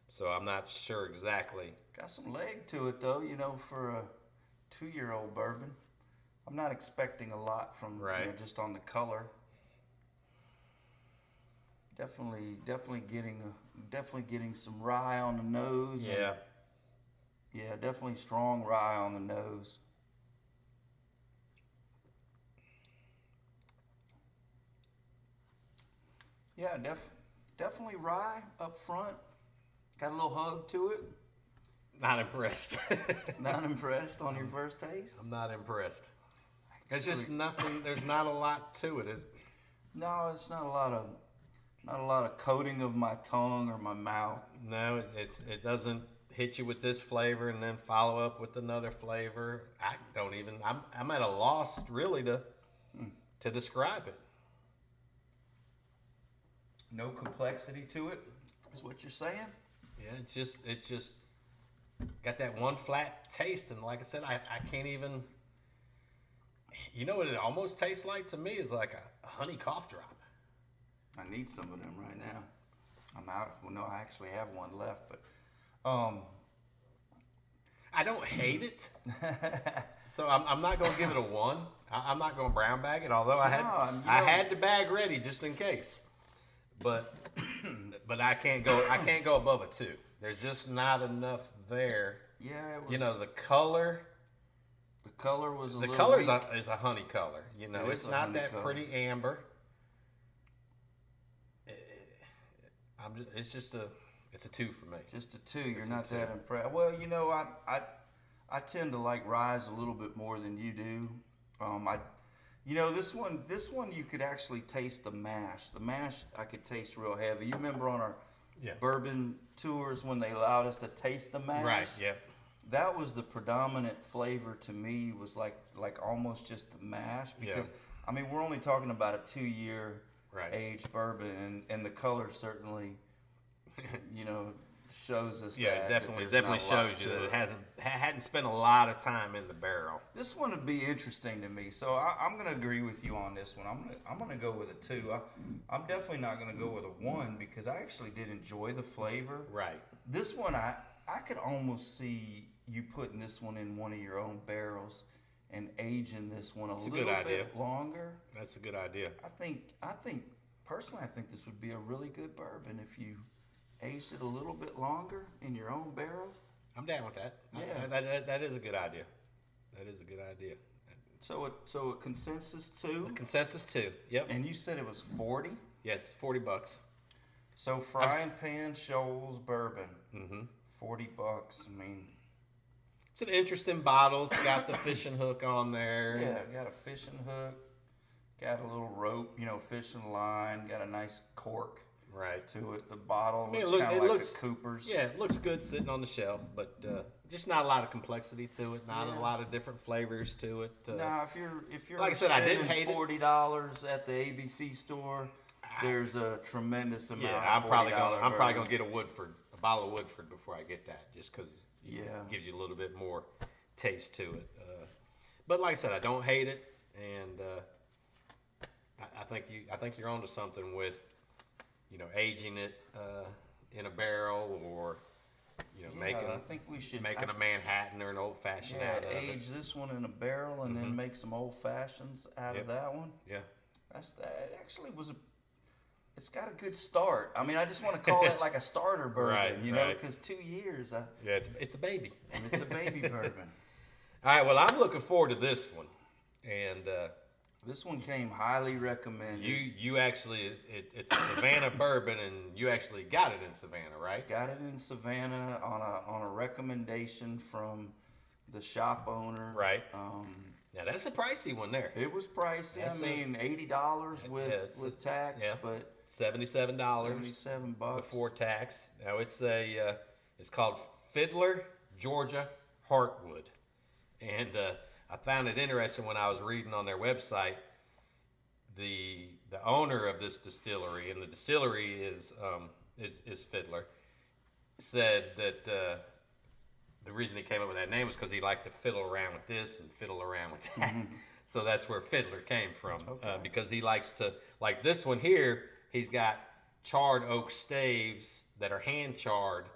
So I'm not sure exactly.
Got some leg to it, though, you know, for a two year old bourbon. I'm not expecting a lot from, you know,
Right.
just on the color. Definitely, definitely getting, definitely getting some rye on the nose. and-
Yeah.
yeah, definitely strong rye on the nose. Yeah, def, definitely rye up front. Got a little hug to it.
Not impressed. *laughs*
Not impressed on your first taste?
I'm not impressed. There's
Actually-
just nothing there's not a lot to it. It-
No, it's not a lot of not a lot of coating of my tongue or my mouth.
No, it, it's it doesn't hit you with this flavor and then follow up with another flavor. I don't even. I'm I'm at a loss really to to describe it.
No complexity to it. Is what you're saying?
Yeah, it's just it's just got that one flat taste, and like I said, I I can't even. You know what it almost tastes like to me is like a, a honey cough drop.
I need some of them right now. I'm out. Well, no, I actually have one left, but um,
I don't hate
*laughs*
it, so I'm, I'm not gonna give it a one. I, I'm not gonna brown bag it, although I had
No, I'm- you
I
don't-
had the bag ready just in case. But *clears throat* but I can't go I can't go above a two. There's just not enough there.
yeah, it was,
You know the color.
the color was a
The
little
color is
weak.
a, is a honey color. You know
It
it's
is a
not
honey
that
color.
pretty amber. Eh, I'm just, it's just a it's a two for me.
just a two. You're not that impressed. Well, you know, I, I I tend to like rise a little bit more than you do. Um, I, you know, this one this one you could actually taste the mash. The mash I could taste real heavy. You remember on our
Yeah.
bourbon tours when they allowed us to taste the mash?
Right. Yep.
that was the predominant flavor to me was like like almost just the mash because I mean we're only talking about a two year
Right. *laughs*
aged bourbon and, and the color certainly you know shows us.
Yeah,
that, that
definitely,
Uh, there's
definitely
not a lot
shows you
to
that
it.
it hasn't ha- hadn't spent a lot of time in the barrel.
This one would be interesting to me, so I, I'm going to agree with you on this one. I'm going to I'm going to go with a two. I, I'm definitely not going to go with a one because I actually did enjoy the flavor.
Right.
This one, I I could almost see you putting this one in one of your own barrels and aging this one a
a
little
good idea.
bit longer.
That's a good idea.
I think I think personally, I think this would be a really good bourbon if you aged it a little bit longer in your own barrel.
I'm down with that. I-
Yeah.
that, that, that is a good idea. That is a good idea.
So it so a consensus two,
Consensus two. Yep.
and you said it was forty.
Yes, forty bucks.
So frying pan Shoals bourbon,
Mm-hmm.
forty bucks. I mean,
It's an interesting bottle. It's got the fishing hook on there.
yeah, got a fishing hook, got a little rope, you know, fishing line, got a nice cork
Right.
to it. The bottle
I mean, it,
looks
look,
kind of
it
like
looks
a Cooper's.
Yeah, it looks good sitting on the shelf, but uh, just not a lot of complexity to it. Not a lot of different flavors to it. Uh,
Now, if you're if you're
Like I said, I didn't
spending
hate it.
forty dollars at the ABC store. There's a tremendous amount.
Yeah,
of
I'm probably
$40
gonna I'm probably
bourbon.
gonna get a Woodford, a bottle of Woodford before I get that, just because
Yeah.
gives you a little bit more taste to it. Uh, but like I said, I don't hate it, and uh, I, I think you I think you're onto something with you know aging it uh, in a barrel or you know
Yeah,
making
I think we should
making
I-
a Manhattan or an old fashioned
yeah,
out of it. Mm-hmm.
age this one in a barrel and then make some old fashions out
Yep.
of that one.
Yeah,
That's that actually was a. It's got a good start. I mean, I just want to call it like a
*laughs*
starter bourbon,
Right,
you know,
right.
because two years I,
yeah, it's it's a baby.
and it's a
*laughs*
baby bourbon.
All right, well I'm looking forward to this one, and. Uh,
This one came highly recommended.
You you actually it, it's Savannah bourbon and you actually got it in Savannah, right?
Got it in Savannah on a on a recommendation from the shop owner.
Right.
Um,
Now that's a pricey one there.
it was pricey.
That's
I
a-
mean, eighty dollars with
it's a-
with tax,
yeah.
but
Seventy
seventy
seven dollars
seven bucks.
before tax. Now it's a uh, it's called Fiddler Georgia Heartwood, and uh, I found it interesting when I was reading on their website. The the owner of this distillery and the distillery is um, is is Fiddler said that. Uh, the reason he came up with that name was because he liked to fiddle around with this and fiddle around with that.
Mm-hmm.
so that's where fiddler came from uh, because he likes to like this one here. He's got charred oak staves that are hand charred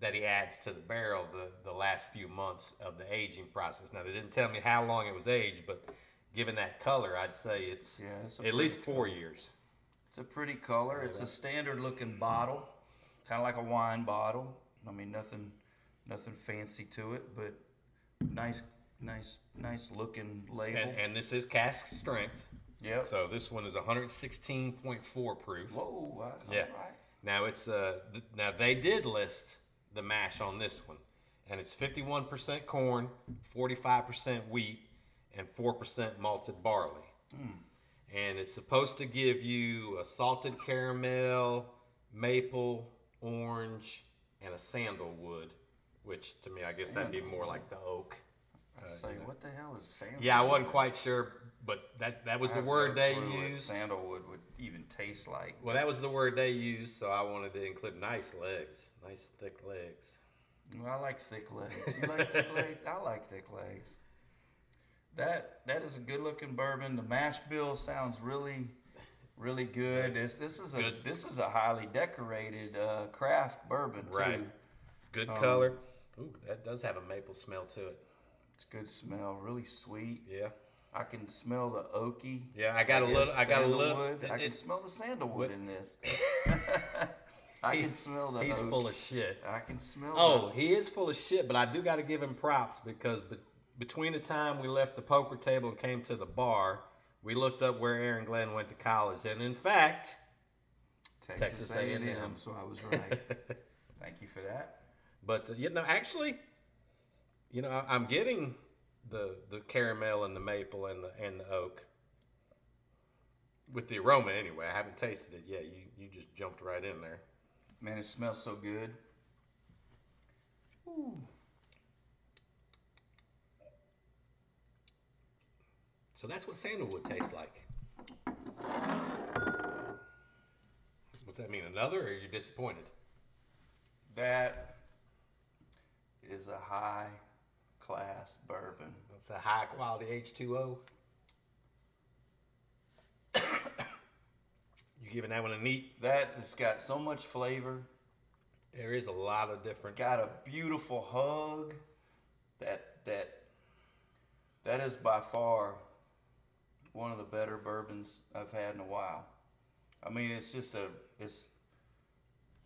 that he adds to the barrel the, the last few months of the aging process. Now they didn't tell me how long it was aged, but given that color, I'd say it's,
Yeah, it's a
at least four years.
It's a pretty color. It's a standard looking bottle, kind of like a wine bottle. I mean, nothing, nothing fancy to it, but nice, nice, nice looking label.
And, and this is cask strength.
Yep.
So this one is 116.4 proof.
Whoa, wow,
Yeah.
all right.
Now it's uh th- now they did list the mash on this one, and it's 51% corn, 45% wheat, and 4% malted barley.
Hmm.
And it's supposed to give you a salted caramel, maple, orange, and a sandalwood, which to me I guess that'd be more like the oak.
I say, what the hell is sandalwood?
Yeah, I wasn't quite sure, but that that was
I
the
have no
word they
clue what
used.
Sandalwood would even taste like.
Well, that was the word they used, so I wanted to include nice legs, nice thick legs.
Well, I like thick legs. You like
*laughs*
thick legs? I like thick legs. That that is a good looking bourbon. The mash bill sounds really, really good. This this is a
Good.
this is a highly decorated uh, craft bourbon too.
Right. Good color. Um, Ooh, that does have a maple smell to it.
It's good smell, really sweet.
Yeah.
I can smell the oaky.
Yeah, I got a
guess
little- I got a little-
sandalwood. I
it-
can
it-
smell the sandalwood in
*laughs*
this. *laughs* I can smell the.
He's
oak.
full of shit.
I can smell.
Oh,
the-
he is full of shit, but I do got to give him props because be- between the time we left the poker table and came to the bar, we looked up where Aaron Glenn went to college, and in fact,
Texas
Texas
A&M.
A&M.
So I
*laughs*
was right. Thank you for that.
But uh, you know, actually, you know, I, I'm getting the the caramel and the maple and the and the oak with the aroma. Anyway, I haven't tasted it yet. You you just jumped right in there.
Man, it smells so good.
So that's what sandalwood tastes like. What's that mean? Another, or are you disappointed?
That is a high class bourbon.
It's a high quality H2O. *coughs* you giving that one a neat?
That has got so much flavor.
There is a lot of different.
Got a beautiful hug. That that that is by far one of the better bourbons I've had in a while. I mean, it's just a it's.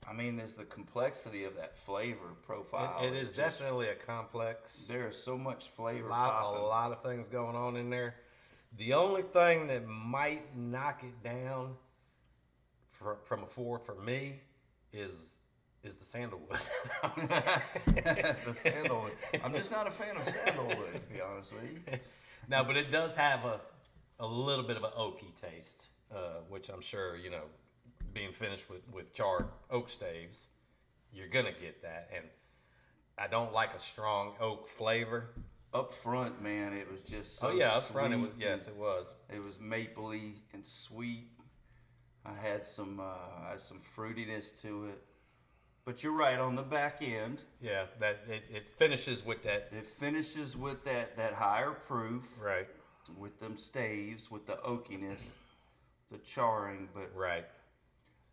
I mean, there's the complexity of that flavor profile.
It, it is
It's just-
definitely a complex.
There is so much flavor.
A lot,
popping.
a lot of things going on in there. The only thing that might knock it down from, from a four for me is is the sandalwood.
*laughs*
*laughs*
the sandalwood. I'm just not a fan of sandalwood, to be honest with you.
no, but it does have a a little bit of an oaky taste, uh, which I'm sure you know, being finished with with charred oak staves, you're gonna get that. And I don't like a strong oak flavor.
Up front, man, it was just so
oh yeah, up
sweet.
front it was.
and
Yes, it was.
it was mapley and sweet. I had some uh, I had some fruitiness to it, but you're right on the back end.
Yeah, that it, it finishes with that.
It finishes with that that higher proof,
Right.
with them staves, with the oakiness, the charring. But
Right.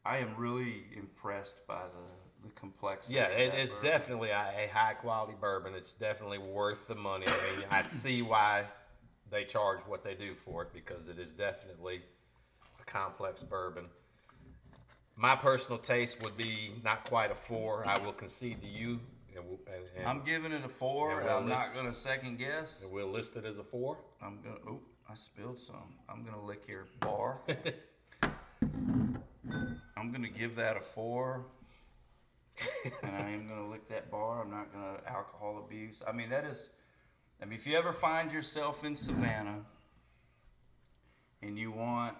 I am really impressed by the the complexity.
Yeah,
of
it,
that
it's
bourbon.
definitely a, a high quality bourbon. It's definitely worth the money. I mean, I see why they charge what they do for it because it is definitely a complex bourbon. My personal taste would be not quite a four. I will concede to you, and we'll, and, and,
I'm giving it a four,
Yeah,
and
well,
I'm
let's-
not gonna second guess.
and we'll list it as a four.
I'm gonna. Oh, I spilled some. I'm gonna lick your bar. I'm gonna give that a four. and I am gonna lick that bar. I'm not gonna alcohol abuse. I mean, that is. I mean, if you ever find yourself in Savannah and you want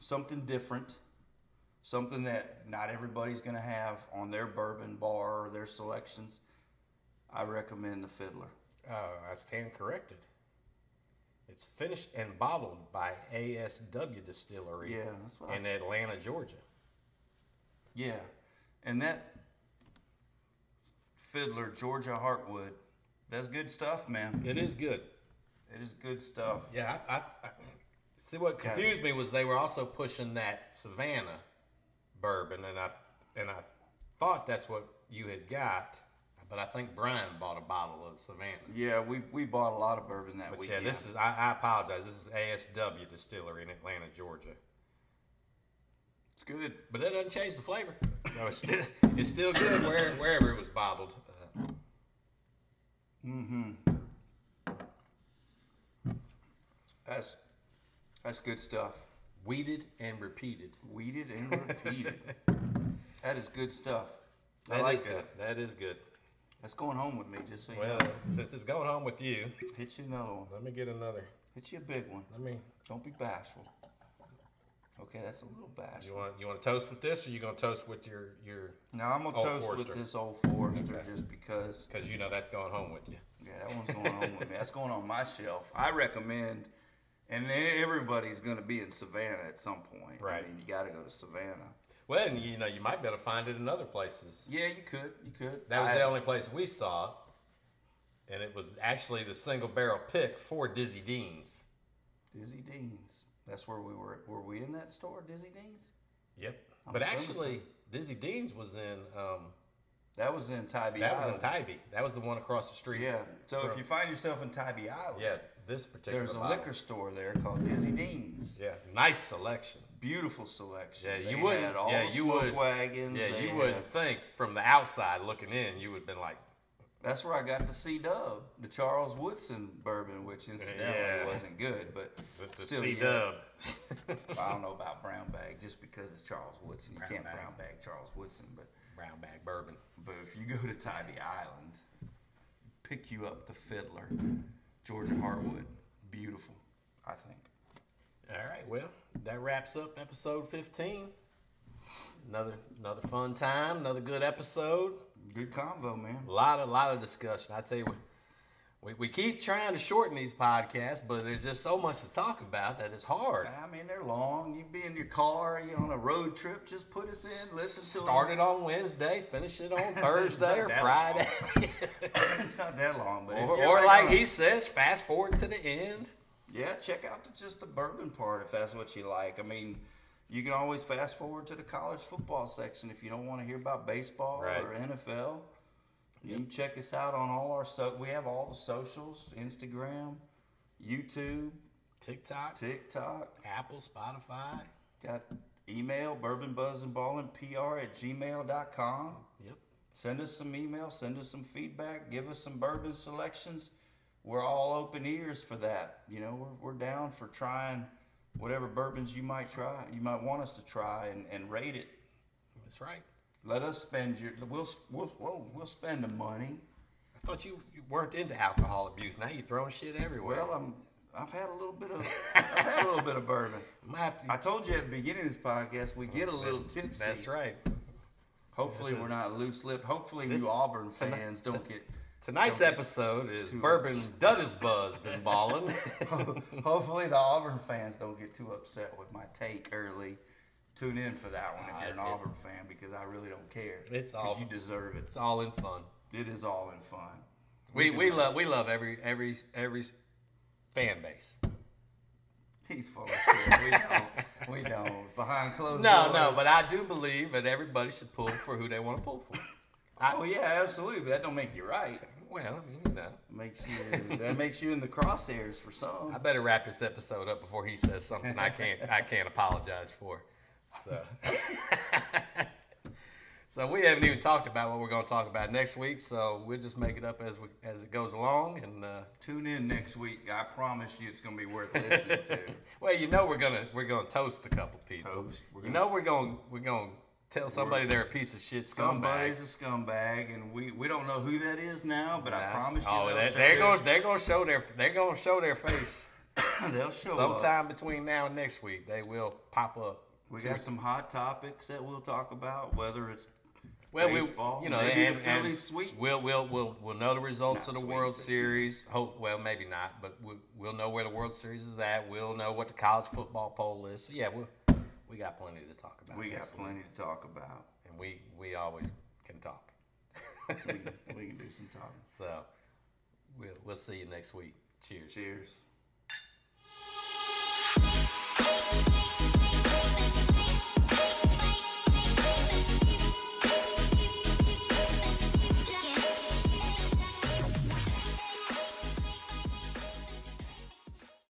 something different, something that not everybody's gonna have on their bourbon bar or their selections, I recommend the Fiddler.
Uh, I stand corrected. It's finished and bottled by ASW Distillery
Yeah, that's what I
in Atlanta, Georgia.
Yeah, and that fiddler Georgia Hartwood, that's good stuff, man.
It is good.
It is good stuff.
Yeah, I, I, I see. What confused me was they were also pushing that Savannah bourbon, and I and I thought that's what you had got, but I think Brian bought a bottle of Savannah.
Yeah, we we bought a lot of bourbon that
But yeah,
weekend.
this is. I, I apologize. This is ASW Distillery in Atlanta, Georgia.
it's good.
But that doesn't change the flavor. So it's still it's still good where, wherever it was bottled. Uh,
That's that's good stuff.
weeded and repeated.
Weeded and
*laughs*
repeated. that is good stuff.
That
I
is
like that.
good. That is good.
That's going home with me. Just so you
Well,
know.
since it's going home with you,
Hit you another one.
let me get another.
Hit you a big one.
Let me
Don't be bashful. Okay, that's a little
You
bashful.
want you want to toast with this, or you gonna toast with your your
Now I'm gonna
Old
toast
Forester.
with this old Forester
Okay.
just because
because you know that's going home with you.
Yeah, that one's going on with me. That's going on my shelf. I recommend, and e- everybody's going to be in Savannah at some point.
Right.
I mean, you got to go to Savannah.
Well, and you know you might be able to find it in other places.
Yeah, you could. You could.
That was
I-
the only place we saw, it, and it was actually the single barrel pick for Dizzy Dean's.
Dizzy Dean's. That's where we were. Were we in that store, Dizzy Dean's?
Yep. but
assuming
actually, Dizzy Dean's was in um,
That was in Tybee
that was in
Island.
Tybee. That was the one across the street.
Yeah. So if
From-
you find yourself in Tybee Island,
yeah. This particular
there's a
bottle.
liquor store there called Dizzy Dean's.
Yeah, nice selection.
Beautiful selection.
Yeah, you
They
wouldn't.
Had all
yeah,
the
you
smoke
would.
Wagons.
yeah,
They
you
had-
wouldn't think from the outside looking in, you would have been like,
That's where I got the C Dub, the Charles Woodson bourbon, which incidentally
Yeah.
wasn't good, but
the, the
still,
C
yeah.
Dub.
I don't know about brown bag just because it's Charles Woodson. You
Brown
can't
bag.
brown bag Charles Woodson, but
brown bag bourbon.
but if you go to Tybee Island, pick you up the Fiddler, Georgia Hartwood, beautiful, I think.
All right, well, that wraps up episode 15. Another another fun time, another good episode.
Good convo, man.
A lot a lot of discussion. I tell you what, We, we keep trying to shorten these podcasts, but there's just so much to talk about that it's hard.
I mean, they're long. You be in your car, you on a road trip, just put us in, listen to
Start
us.
it on Wednesday, finish it on Thursday or
That long.
Friday.
*laughs* it's not that long, but if
or
you're
or
ever
like
gonna-
he says, fast forward to the end.
Yeah, check out the, just the bourbon part if that's what you like. I mean, you can always fast forward to the college football section if you don't want to hear about baseball
Right.
or NFL. You can check us out on all our so we have all the socials: Instagram, YouTube,
TikTok,
TikTok.
Apple, Spotify.
Got email bourbonbuzzandballinpr at gmail.com.
Yep.
Send us some email, send us some feedback, give us some bourbon selections. We're all open ears for that. You know, we're, we're down for trying whatever bourbons you might try, you might want us to try and, and rate it.
That's right.
Let us spend your, we'll, we'll, whoa, we'll spend the money.
I thought you, you weren't into alcohol abuse. Now you're throwing shit everywhere.
Well, I'm, I've had a little bit of, I've had a little bit of bourbon.
Might have to-
I told you at the beginning of this podcast, we get a little tipsy.
That's right.
Hopefully,
This
we're
is-
not loose lipped. Hopefully,
this-
you Auburn
tonight-
fans don't get.
Tonight's
Don't-
episode is
Too-
Bourbon *laughs* Dud is Buzzed and *laughs* Ballin'.
hopefully, the Auburn fans don't get too upset with my take early. Tune in for that one if you're an
Ah, it-
Auburn fan because I really don't care.
It's
'Cause You
Auburn.
deserve it.
it's all in fun.
It is all in fun.
We we love we love every every every fan base.
He's full of shit. We don't. We don't. Behind closed
No,
doors.
no, but I do believe that everybody should pull for who they want to pull for.
oh yeah, absolutely. But that don't make you right.
*laughs* Well, I mean, you know,
Makes you. that makes you in the crosshairs for
I
some.
better wrap this episode up before he says something I can't I can't apologize for. So. *laughs* So we haven't even talked about what we're going to talk about next week, so we'll just make it up as we, as it goes along. And uh,
Tune in next week. I promise you, it's gonna be worth listening to.
Well, you know we're gonna we're gonna toast a couple people.
Toast. We're
you
gonna-
know we're gonna we're gonna tell somebody they're a piece of shit scumbag.
Somebody's a scumbag, and we, we don't know who that is now, but I
Nah.
promise you,
Oh,
they'll,
they-
show
they're
their-
gonna they're gonna show their they're gonna show their face
they'll show up.
sometime between now and next week. They will pop up.
We got some hot topics that we'll talk about, whether it's
Well,
baseball,
we you know
maybe
and,
the Phillies
and
sweep.
We'll we'll we'll we'll know the results
Not
of the
sweep,
World
but-
Series. Hope well maybe not, but we'll, we'll know where the World Series is at. We'll know what the college football poll is. So yeah, we will we got plenty to talk about.
we got
next week.
plenty to talk about.
and we we always can talk. *laughs*
We, we can do some talking.
so we'll we'll see you next week. Cheers.
Cheers.